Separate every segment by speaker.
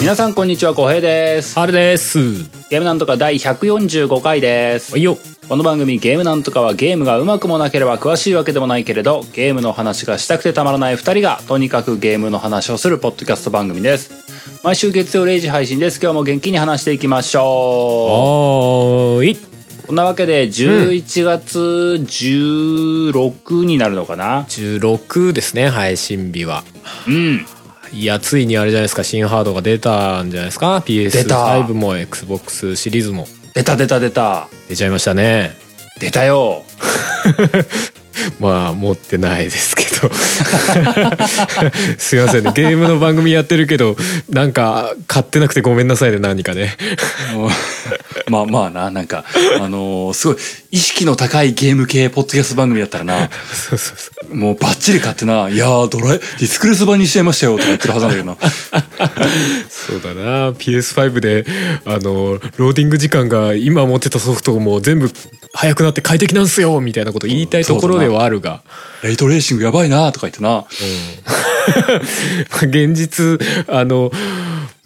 Speaker 1: 皆さんこんにちは、こうへいです。
Speaker 2: あれです。
Speaker 1: ゲームなんとか第145回です
Speaker 2: お。いよ。
Speaker 1: この番組ゲームなんとかはゲームがうまくもなければ詳しいわけでもないけれど、ゲームの話がしたくてたまらない二人がとにかくゲームの話をするポッドキャスト番組です。毎週月曜0時配信です。今日も元気に話していきましょ
Speaker 2: おーい。
Speaker 1: う。こんなわけで11月16になるのかな
Speaker 2: 16ですね、配信日は。
Speaker 1: うん。
Speaker 2: いや、ついにあれじゃないですか、新ハードが出たんじゃないですか。
Speaker 1: 出た
Speaker 2: PS5 も Xbox シリーズも
Speaker 1: 出た出た出た。
Speaker 2: 出ちゃいましたね。
Speaker 1: 出たよ。
Speaker 2: まあ、持ってないですけど。 すいませんね、ゲームの番組やってるけど、なんか、買ってなくてごめんなさいね、何かね。
Speaker 1: まあまあな、なんか、あのーすごい、意識の高いゲーム系ポッドキャスト番組だったらな、
Speaker 2: そうそうそう。
Speaker 1: もうバッチリ買ってな、いやー、ドラえ、ディスクレス版にしちゃいましたよ、とか言ってるはずなんだけどな。
Speaker 2: そうだな PS5 であのローディング時間が今持ってたソフトも全部早くなって快適なんすよみたいなこと言いたいところではあるが、
Speaker 1: レイトレーシングやばいな、とか言ってな。
Speaker 2: 現実あの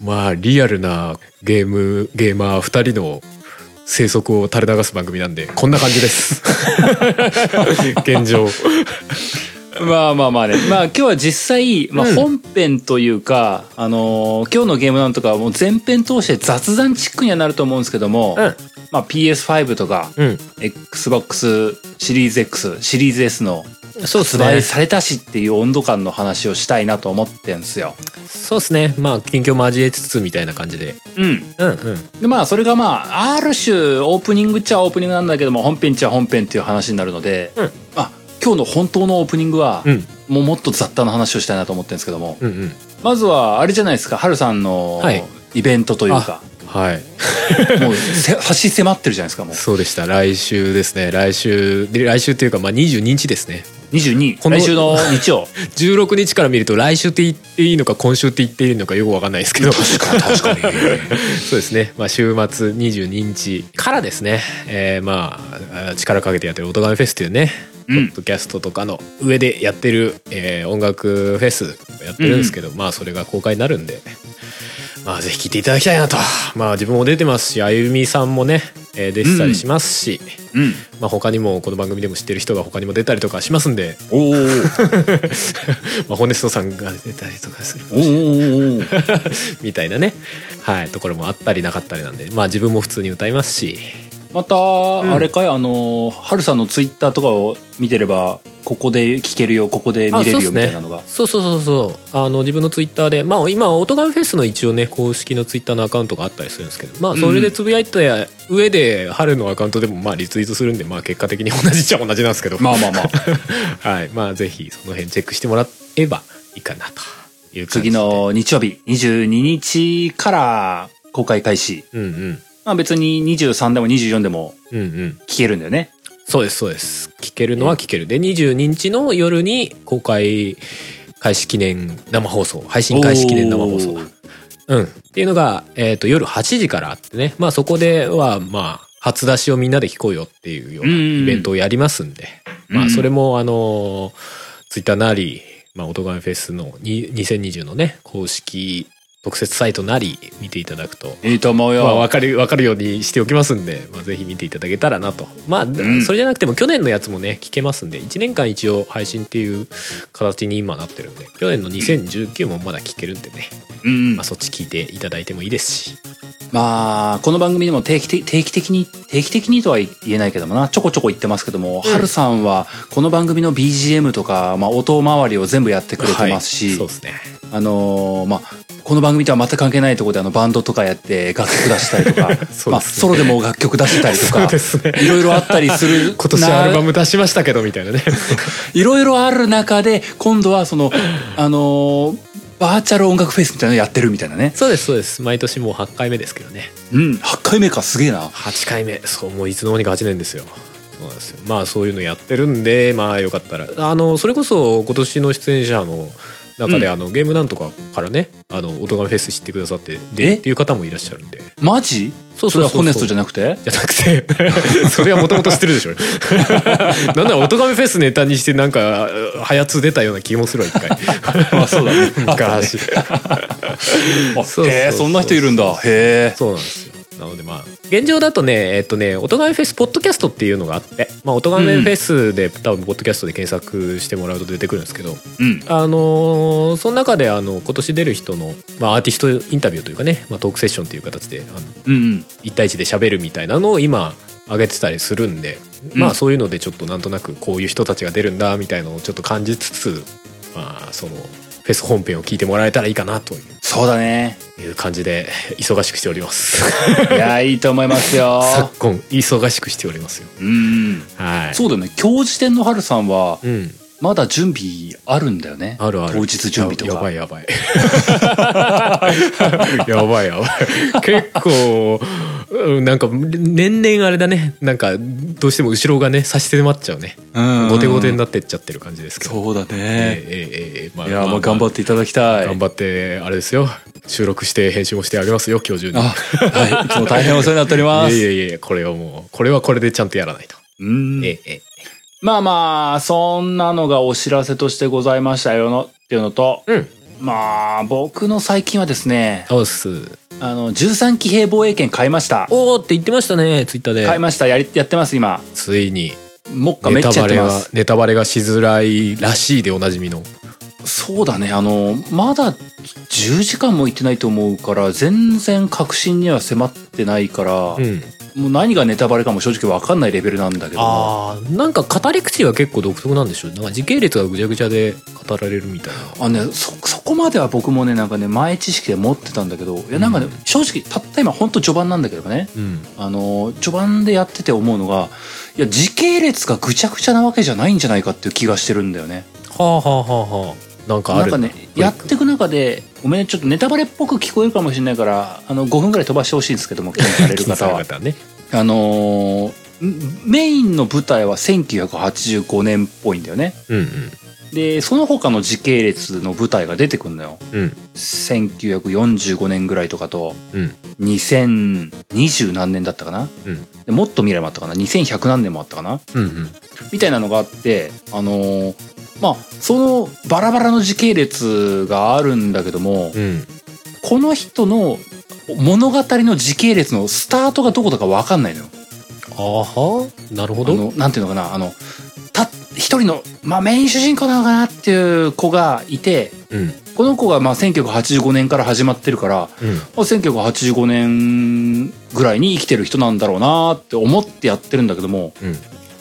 Speaker 2: まあリアルなゲームゲーマー2人の生息を垂れ流す番組なんでこんな感じです 現状
Speaker 1: まあまあまあね。まあ今日は実際、まあ
Speaker 2: うん
Speaker 1: 本編というか、あのー今日のゲームなんとかはもう全編通して雑談チックにはなると思うんですけども、
Speaker 2: うん
Speaker 1: まあ PS5 とか、
Speaker 2: うん
Speaker 1: Xbox シリーズ X、シリーズ S の
Speaker 2: そう
Speaker 1: 発売されたしっていう温度感の話をしたいなと思ってんですよ。
Speaker 2: そうですねまあ近況交えつつみたいな感じで
Speaker 1: うん。
Speaker 2: うんうん
Speaker 1: で、まあ、それがまあ、ある種、オープニングっちゃオープニングなんだけども、本編っちゃ本編っていう話になるので、
Speaker 2: うん
Speaker 1: まあ、今日の本当のオープニングは、
Speaker 2: うん
Speaker 1: もうもっと雑多な話をしたいなと思ってるんですけども、
Speaker 2: うんうん
Speaker 1: まずは、あれじゃないですか、ハルさんの
Speaker 2: はい
Speaker 1: イベントというか、
Speaker 2: はい
Speaker 1: もうせ、差し迫ってるじゃないです か、もう。
Speaker 2: そうでした来週ですね来週で来週っていうかまあ22日ですね
Speaker 1: 22、
Speaker 2: この
Speaker 1: 来週の日曜。
Speaker 2: 16日から見ると来週って言っていいのか今週って言っていいのかよくわかんないですけどそう
Speaker 1: かに、確かに。
Speaker 2: ですね、まあ、週末22日からですね、えーまああー力かけてやってる「オトガメフェス」というね
Speaker 1: うん
Speaker 2: ポッドキャストとかの上でやってる、えー音楽フェスやってるんですけど、まあそれが公開になるんでまあぜひ聴いていただきたいなとまあ自分も出てますしあゆみさんもね、えー出てたりしますし、
Speaker 1: うん。
Speaker 2: まあ、他にもこの番組でも知ってる人が他にも出たりとかしますん で、
Speaker 1: おー
Speaker 2: まあ、ホネストさんが出たりとかする
Speaker 1: おーおーお ー
Speaker 2: みたいなね、はい、ところもあったりなかったりなんで、まあ、自分も普通に歌いますし
Speaker 1: また、あれかいあのハルさんのツイッターとかを見てればここで聞けるよここで見れるよみたいなのが
Speaker 2: そうそうそうそうあの自分のツイッターで、まあ、今オトガメフェスの一応ね公式のツイッターのアカウントがあったりするんですけど、まあ、それでつぶやいた上で春のアカウントでもまあリツイートするんで、まあ、結果的に同じっちゃ同じなんですけど、
Speaker 1: まあまあまあ
Speaker 2: はいまあ、ぜひその辺チェックしてもらえばいいかなという感
Speaker 1: 次
Speaker 2: じで
Speaker 1: の日曜日22日から公開開始
Speaker 2: うんうん
Speaker 1: まあ別に23でも24でも
Speaker 2: うんうん
Speaker 1: 聞けるんだよね
Speaker 2: そうですそうです聞けるのは聞けるで22日の夜に公開開始記念生放送配信開始記念生放送
Speaker 1: おー
Speaker 2: うんっていうのが、えー、と夜8時からあってねまあそこではまあ初出しをみんなで聞こうよっていうような
Speaker 1: うんうん
Speaker 2: イベントをやりますんで、ま
Speaker 1: うん
Speaker 2: あそれもあのツイッター Twitter なりまあ、オトガメフェスのに2020のね公式特設サイトなり見ていただくと
Speaker 1: いいと思う
Speaker 2: まあ、
Speaker 1: よ、
Speaker 2: わかるわかるようにしておきますんで、まあ、ぜひ見ていただけたらなとまあ、
Speaker 1: ん
Speaker 2: それじゃなくても去年のやつもね聞けますんで1年間一応配信っていう形に今なってるんで去年の2019もまだ聞けるんでね、
Speaker 1: うん
Speaker 2: まあ、そっち聞いていただいてもいいですし
Speaker 1: まあこの番組でも定期的定期的に定期的にとは言えないけどもなちょこちょこ言ってますけども、ハルさんはこの番組の BGM とか、まあ、音回りを全部やってくれてますし、
Speaker 2: はいそうですね
Speaker 1: あのーまあこの番組とは全く関係ないところであのバンドとかやって楽曲出したりとか、
Speaker 2: すね
Speaker 1: まあ、ソロでも楽曲出してたりと
Speaker 2: そう
Speaker 1: か
Speaker 2: ですね
Speaker 1: いろいろあったりする
Speaker 2: 今年アルバ
Speaker 1: な
Speaker 2: ム出しましたけどみたいなね
Speaker 1: いろいろある中で今度はその、あのーバーチャル音楽フェスみたいなのやってるみたいなね、
Speaker 2: そうですそうです毎年もう8回目ですけどね
Speaker 1: うん、8回目かすげえな
Speaker 2: 8回目そうもういつの間にか8年ですよそうなんですよまあそういうのやってるんでまあよかったらあのそれこそ今年の出演者の中で、
Speaker 1: うん
Speaker 2: あのゲームなんとかからねあの音がフェス知ってくださって
Speaker 1: え
Speaker 2: でっていう方もいらっしゃるんで
Speaker 1: マジ
Speaker 2: そう
Speaker 1: それはホネストじゃ
Speaker 2: ゃ
Speaker 1: なくて
Speaker 2: じゃなくて それはもともと知ってるでしょ なんなら音がフェスネタにしてなんか早つ出たような気もするわ一回
Speaker 1: あそうだね
Speaker 2: 昔
Speaker 1: あ
Speaker 2: そうそうそう
Speaker 1: へえそんな人いるんだへえ
Speaker 2: そうなんですよ。なのでまあ現状だとねえっとね「おとがめフェスポッドキャスト」っていうのがあって「まあ、おとがめフェスで」多分ポッドキャストで検索してもらうと出てくるんですけど
Speaker 1: うん
Speaker 2: あのーその中であの今年出る人の、まあ、アーティストインタビューというかね、まあ、トークセッションという形であの
Speaker 1: うんうん
Speaker 2: 1対1で喋るみたいなのを今上げてたりするんで、
Speaker 1: うん
Speaker 2: まあそういうのでちょっとなんとなくこういう人たちが出るんだみたいのをちょっと感じつつまあそのフェス本編を聞いてもらえたらいいかなという
Speaker 1: そうだね
Speaker 2: いう感じで忙しくしております。
Speaker 1: いやいいと思います よ
Speaker 2: 昨今忙しくしておりますよ
Speaker 1: うん
Speaker 2: はい
Speaker 1: そうだよね今日時点の春さんは
Speaker 2: う、ん、
Speaker 1: まだ準備あるんだよね
Speaker 2: あるある
Speaker 1: 当日準備とか
Speaker 2: やばいやばい やばいやばい結構うんなんか年々あれだねなんかどうしても後ろがね差し迫っちゃうね
Speaker 1: うん
Speaker 2: 後手後手になってっちゃってる感じですけど、
Speaker 1: そうだ
Speaker 2: ええ
Speaker 1: ね、
Speaker 2: ええええまあ
Speaker 1: いや
Speaker 2: まあ
Speaker 1: もう頑張っていただきたい
Speaker 2: 頑張ってあれですよ収録して編集もしてあげますよ今日中に
Speaker 1: あ はいいつも大変お世話になっておりま
Speaker 2: い
Speaker 1: す
Speaker 2: やいやいやこれはもうこれはこれでちゃんとやらないと、
Speaker 1: うん
Speaker 2: ええええ
Speaker 1: まあまあそんなのがお知らせとしてございましたよのっていうのと
Speaker 2: うん
Speaker 1: まあ僕の最近はですね
Speaker 2: あおっす
Speaker 1: あの13騎兵防衛権買いました
Speaker 2: おおって言ってましたねツイッターで
Speaker 1: 買いましたやりやってます今
Speaker 2: ついに
Speaker 1: もっかめ
Speaker 2: ネ
Speaker 1: っちゃ
Speaker 2: タ
Speaker 1: やっ
Speaker 2: バ
Speaker 1: て
Speaker 2: レ
Speaker 1: ま
Speaker 2: が
Speaker 1: す
Speaker 2: ネタバレがしづらいらしいでおなじみの
Speaker 1: そうだねあのまだ10時間もいってないと思うから全然確信には迫ってないから、
Speaker 2: ん
Speaker 1: もう何がネタバレかも正直わかんないレベルなんだけども
Speaker 2: あーなんか語り口が結構独特なんでしょなんか時系列がぐちゃぐちゃで語られるみたいな
Speaker 1: あのね、そそこまでは僕もねなんかね前知識で持ってたんだけどいやなんかね、
Speaker 2: うん
Speaker 1: 正直たった今ほんと序盤なんだけどね
Speaker 2: うん
Speaker 1: あの序盤でやってて思うのがいや時系列がぐちゃぐちゃなわけじゃないんじゃないかっていう気がしてるんだよね。
Speaker 2: はあはあはあはあなんかあ
Speaker 1: なん
Speaker 2: る
Speaker 1: かねやっていく中でごめんねちょっとネタバレっぽく聞こえるかもしれないからあの5分ぐらい飛ばしてほしいんですけど も気にされる
Speaker 2: 気に
Speaker 1: 方
Speaker 2: され
Speaker 1: は
Speaker 2: る。方はね
Speaker 1: あのーんメインの舞台は1985年っぽいんだよね。
Speaker 2: うん
Speaker 1: でその他の時系列の舞台が出てくるのよ。
Speaker 2: うんうん
Speaker 1: 1945年ぐらいとかと
Speaker 2: うん
Speaker 1: 2020何年だったかな、
Speaker 2: うん
Speaker 1: でもっと未来もあったかな2100何年もあったかな
Speaker 2: うんうん
Speaker 1: みたいなのがあってあのーまあそのバラバラの時系列があるんだけども、
Speaker 2: うん
Speaker 1: この人の物語の時系列のスタートがどこだか分かんないのよ。
Speaker 2: あはなるほ
Speaker 1: あ
Speaker 2: ど
Speaker 1: のなんていうのかなあのた一人の、まあ、メイン主人公なのかなっていう子がいて
Speaker 2: うん
Speaker 1: この子がまあ1985年から始まってるから、
Speaker 2: うん
Speaker 1: まあ1985年ぐらいに生きてる人なんだろうなって思ってやってるんだけども
Speaker 2: うん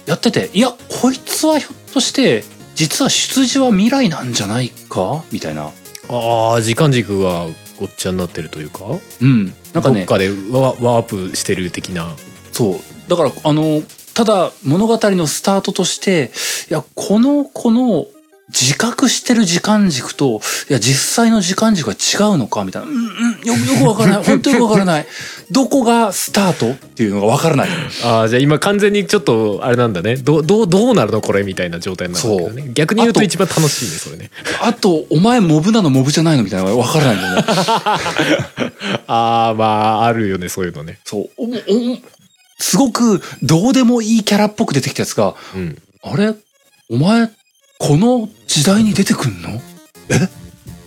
Speaker 1: やってていやこいつはひょっとして実は出自は未来なんじゃないかみたいな
Speaker 2: ああ時間軸がごっちゃになってるというか
Speaker 1: うんなんか
Speaker 2: ど
Speaker 1: ね
Speaker 2: っかでワワープしてる的な
Speaker 1: そうだからあのただ物語のスタートとしていやこの子の自覚してる時間軸といや実際の時間軸が違うのかみたいなうんうんよよくわからない本当によくわからないどこがスタートっていうのがわからない
Speaker 2: ああじゃあ今完全にちょっとあれなんだねどうどうどうなるのこれみたいな状態になるわけだね逆に言う
Speaker 1: あ
Speaker 2: と
Speaker 1: と
Speaker 2: 一番楽しいねそれね
Speaker 1: あとお前モブなのモブじゃないのみたいなのがわからないんだよね
Speaker 2: ああまああるよねそういうのね
Speaker 1: そうおおすごくどうでもいいキャラっぽく出てきたやつが
Speaker 2: うん
Speaker 1: あれお前この時代に出てくんのえ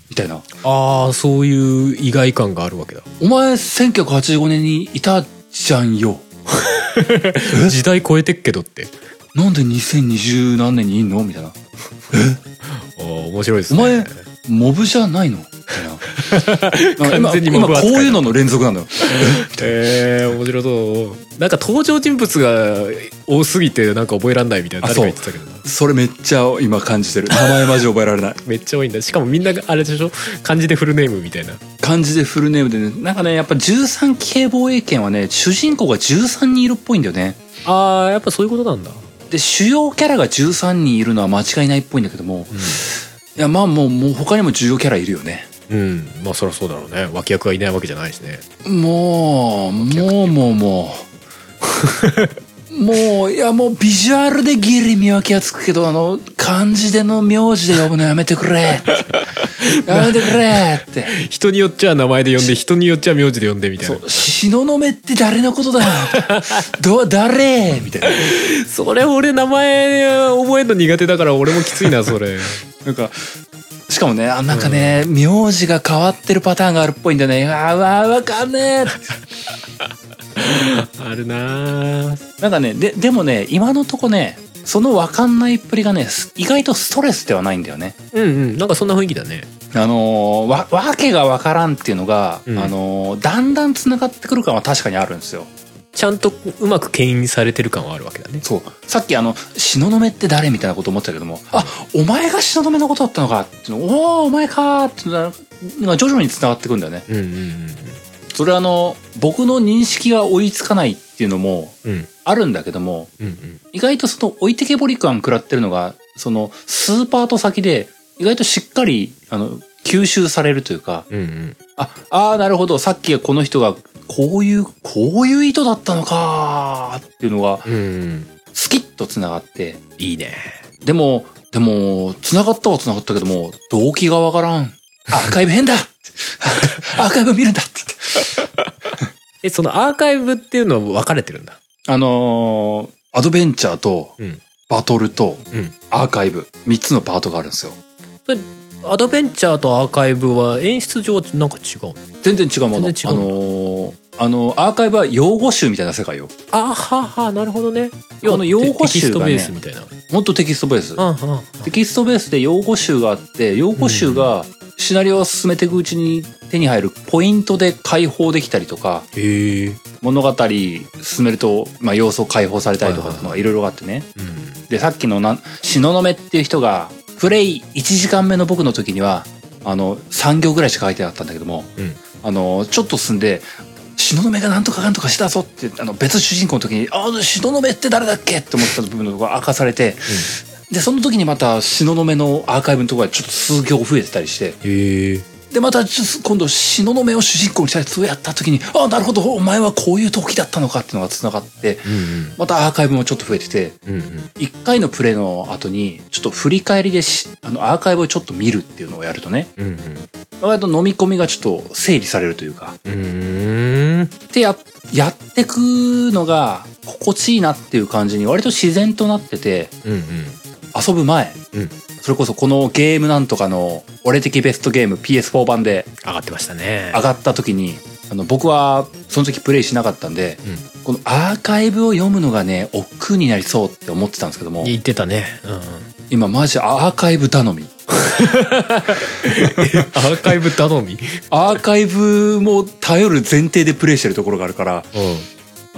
Speaker 1: みたいな
Speaker 2: ああそういう意外感があるわけだ
Speaker 1: お前1985年にいたじゃんよ。
Speaker 2: 時代超えてっけどって
Speaker 1: なんで2020何年にいんのみたいな。
Speaker 2: ああ面白いです
Speaker 1: お
Speaker 2: ね
Speaker 1: 前、モブじゃないのみたい な。なんか今
Speaker 2: 完全にモブ扱い
Speaker 1: 今こ
Speaker 2: だ
Speaker 1: ういうのの連続なのよ。
Speaker 2: えー、面白そうなんか登場人物が多すぎてなんか覚えらんないみたいな
Speaker 1: あ
Speaker 2: 誰か言ってたけどな
Speaker 1: それめっちゃ今感じてる。名前マジ覚えられない。
Speaker 2: めっちゃ多いんだしかもみんながあれでしょ漢字でフルネームみたいな
Speaker 1: 漢字でフルネームでね。なんかね、やっぱ13騎兵防衛権はね、主人公が13人いるっぽいんだよね。
Speaker 2: ああやっぱそういうことなんだ、
Speaker 1: で、主要キャラが13人いるのは間違いないっぽいんだけども、いや、まあもう、もう他にも重要キャラいるよね。
Speaker 2: うん、うん、まあそりゃそうだろうね脇役がいないわけじゃないしね
Speaker 1: もう、もうもうもう。もう、いやもうビジュアルでギリ見分けはつくけど、あの、漢字での名字で呼ぶのやめてくれ。やめてくれって。
Speaker 2: 人によっちゃ名前で呼んで人によっちゃ名字で呼んでみたい
Speaker 1: そ
Speaker 2: な
Speaker 1: う、東雲って誰のことだど、誰みたいな。
Speaker 2: それ俺名前覚えるの苦手だから俺もきつ いなそれ
Speaker 1: なんか、しかもね、あなんかね、名字が変わってるパターンがあるっぽいんだよね。あわ、わかんね
Speaker 2: あるなあ
Speaker 1: え。なんかね、で、でもね、今のとこね、そのわかんないっぷりがね、す意外とストレスではないんだよね。
Speaker 2: うんうんなんかそんな雰囲気だね
Speaker 1: あのーわ、わけがわからんっていうのが、
Speaker 2: うん
Speaker 1: あのーだんだん繋がってくる感は確かにあるんですよ。
Speaker 2: ちゃんとうまく牽引されてる感はあるわけだね
Speaker 1: そう。さっきあの、東雲って誰みたいなこと思ってたけども、あ、お前が東雲のことだったのかっていうの、おおー、お前かーっていうのが徐々に繋がってくんだよね。
Speaker 2: うんうん
Speaker 1: それはあの、僕の認識が追いつかないっていうのも
Speaker 2: うんうん
Speaker 1: あるんだけども、
Speaker 2: うんうん
Speaker 1: 意外とその置いてけぼり感食らってるのが、その、数パート先で、意外としっかり、あの、吸収されるというか、
Speaker 2: うんうん
Speaker 1: あ、あーなるほど、さっきこの人が、こういう、こういう意図だったのかーっていうのが、
Speaker 2: うんうん
Speaker 1: スキッと繋がって、
Speaker 2: いいね
Speaker 1: でも、でも、繋がったは繋がったけども、動機がわからん。アーカイブ変 だアーカイブ見るんだって
Speaker 2: えそのアーカイブっていうのは分かれてるんだ
Speaker 1: あのーアドベンチャーと
Speaker 2: うん、
Speaker 1: バトルと、
Speaker 2: うん
Speaker 1: アーカイブ、3つのパートがあるんですよ。
Speaker 2: アドベンチャーとアーカイブは演出上なんか違う
Speaker 1: 全然違うもの。
Speaker 2: 全然
Speaker 1: あ
Speaker 2: 違う
Speaker 1: のーあのーアーカイブは用語集みたいな世界よ。
Speaker 2: あははなるほどね
Speaker 1: こ
Speaker 2: 要は
Speaker 1: の
Speaker 2: の
Speaker 1: 用語
Speaker 2: テキ
Speaker 1: 集
Speaker 2: スト
Speaker 1: が
Speaker 2: ベ
Speaker 1: ね
Speaker 2: ースみたいな、
Speaker 1: ほんとテキストベース。
Speaker 2: ああ
Speaker 1: テキストベースで用語集があって、用語集がシナリオを進めていくうちに手に入るポイントで解放できたりとか、
Speaker 2: へえ
Speaker 1: 物語進めると、まあ、様子を解放されたりとかっていうのがいろいろあってね。
Speaker 2: うん
Speaker 1: で、さっきのなん、しののめっていう人が、プレイ1時間目の僕の時には、あの、3行ぐらいしか書いてなかったんだけども、
Speaker 2: うん
Speaker 1: あの、ちょっと進んで、しののめがなんとかかんとかしたぞって、あの、別主人公の時に、あ、しののめって誰だっけって思ってた部分のところが明かされて、で、その時にまた、しののめのアーカイブのところがちょっと数行増えてたりして、
Speaker 2: へえ
Speaker 1: で、また、ちょっと今度、しののめを主人公にしたやつをやった時に、あ、なるほど、お前はこういう時だったのかっていうのが繋がって、
Speaker 2: うん
Speaker 1: またアーカイブもちょっと増えてて、
Speaker 2: うんうんうん
Speaker 1: 1回のプレイの後にちょっと振り返りでしあのアーカイブをちょっと見るっていうのをやるとね
Speaker 2: うんうん
Speaker 1: 割と飲み込みがちょっと整理されるというか
Speaker 2: うーん
Speaker 1: でややってくのが心地いいなっていう感じに割と自然となってて
Speaker 2: うんうん
Speaker 1: 遊ぶ前、
Speaker 2: うん
Speaker 1: それこそこのゲームなんとかの俺的ベストゲーム PS4 版で
Speaker 2: 上がってましたね
Speaker 1: 上がった時にあの僕はその時プレイしなかったんで
Speaker 2: うん
Speaker 1: このアーカイブを読むのがね億劫になりそうって思ってたんですけども
Speaker 2: 言ってたね、うんうん、
Speaker 1: 今マジアーカイブ頼み
Speaker 2: アーカイブ頼み、
Speaker 1: アーカイブも頼る前提でプレイしてるところがあるから、
Speaker 2: う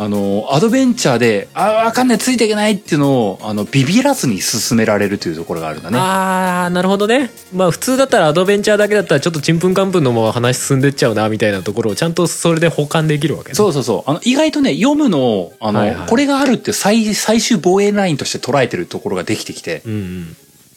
Speaker 1: あの、アドベンチャーで、あーわかんない、ついていけないっていうのを、あの、ビビらずに進められるというところがあるんだね。
Speaker 2: あーなるほどねまあ普通だったらアドベンチャーだけだったらちょっとちんぷんかんぷんのまま話進んでっちゃうなみたいなところをちゃんとそれで補完できるわけね
Speaker 1: そうそうそう。あの、意外とね、読むのを、あの、
Speaker 2: はいはい
Speaker 1: これがあるって最、最終防衛ラインとして捉えてるところができてきて、
Speaker 2: うんうん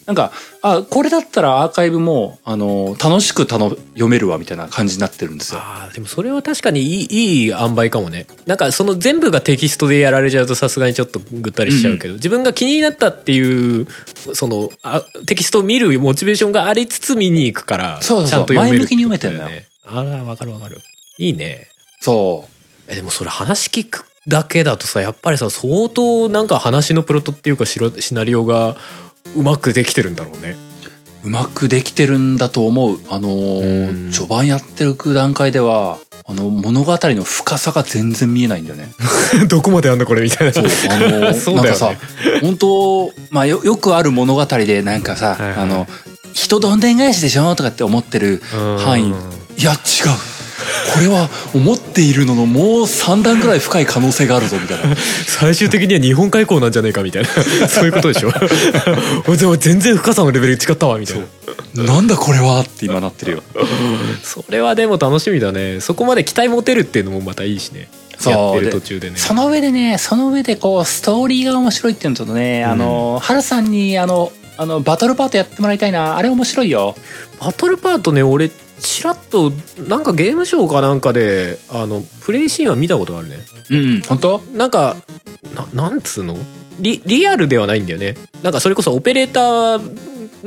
Speaker 1: なんか、あ、これだったらアーカイブも、あの、楽しく頼読めるわ、みたいな感じになってるんですよ。
Speaker 2: あーでもそれは確かにいいいい塩梅かもねなんかその全部がテキストでやられちゃうとさすがにちょっとぐったりしちゃうけど、自分が気になったっていうそのあテキストを見るモチベーションがありつつ見に行くから
Speaker 1: そうそうそう
Speaker 2: ちゃんと読め
Speaker 1: 前
Speaker 2: る
Speaker 1: 向きに読めてんだよ
Speaker 2: ってことだよねあらわかるわかるいいね
Speaker 1: そ
Speaker 2: えでもそれ話聞くだけだとさやっぱりさ相当なんか話のプロットっていうかシロシナリオがうまくできてるんだろうね
Speaker 1: う。うまくできてるんだと思う。あのー
Speaker 2: うん
Speaker 1: 序盤やってる段階では、あの、物語の深さが全然見えないんだよね。
Speaker 2: どこまであんのこれみたいな
Speaker 1: そう、あ の
Speaker 2: そう
Speaker 1: なん
Speaker 2: だよ
Speaker 1: か
Speaker 2: ね
Speaker 1: さ、本当、まあよ、よくある物語でなんかさ、
Speaker 2: はいはい
Speaker 1: あの、人どんでん返しでしょとかって思ってる
Speaker 2: うん
Speaker 1: 範囲。いや、違う。これは思っているののもう3段ぐらい深い可能性があるぞ、みたいな。
Speaker 2: 最終的には日本海溝なんじゃねえかみたいな そういうことでしょ俺でも全然深さのレベル違ったわみたいな
Speaker 1: なんだこれはって今なってるよ。
Speaker 2: それはでも楽しみだねそこまで期待持てるっていうのもまたいいしね
Speaker 1: そう
Speaker 2: やってる途中でね
Speaker 1: その上でね、その上でこう、ストーリーが面白いっていうのとね、あの、ハルさんにあの、あの、バトルパートやってもらいたいな。あれ面白いよ。
Speaker 2: バトルパートね俺ちらっとなんかゲームショーかなんかであのプレイシーンは見たことあるね
Speaker 1: うん、本当
Speaker 2: なんかななんつうのリリアルではないんだよねなんかそれこそオペレータ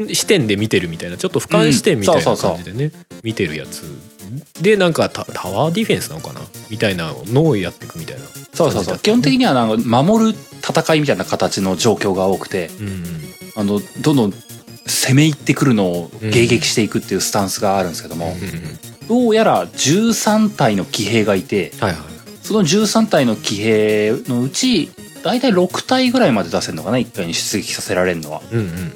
Speaker 2: ー視点で見てるみたいなちょっと俯瞰視点みたい
Speaker 1: うん
Speaker 2: な
Speaker 1: そうそう
Speaker 2: 感
Speaker 1: そう
Speaker 2: じでね見てるやつでなんかタタワーディフェンスなのかなみたいなのをやっていくみたいな
Speaker 1: そうそうそう基本的にはなんか守る戦いみたいな形の状況が多くて
Speaker 2: うんうん
Speaker 1: あのどんどん攻め入ってくるのを迎撃していくっていうスタンスがあるんですけども、
Speaker 2: うんうん
Speaker 1: どうやら13体の騎兵がいて
Speaker 2: はいはい
Speaker 1: その13体の騎兵のうち大体6体ぐらいまで出せるのかな1回に出撃させられるのは。
Speaker 2: うんうん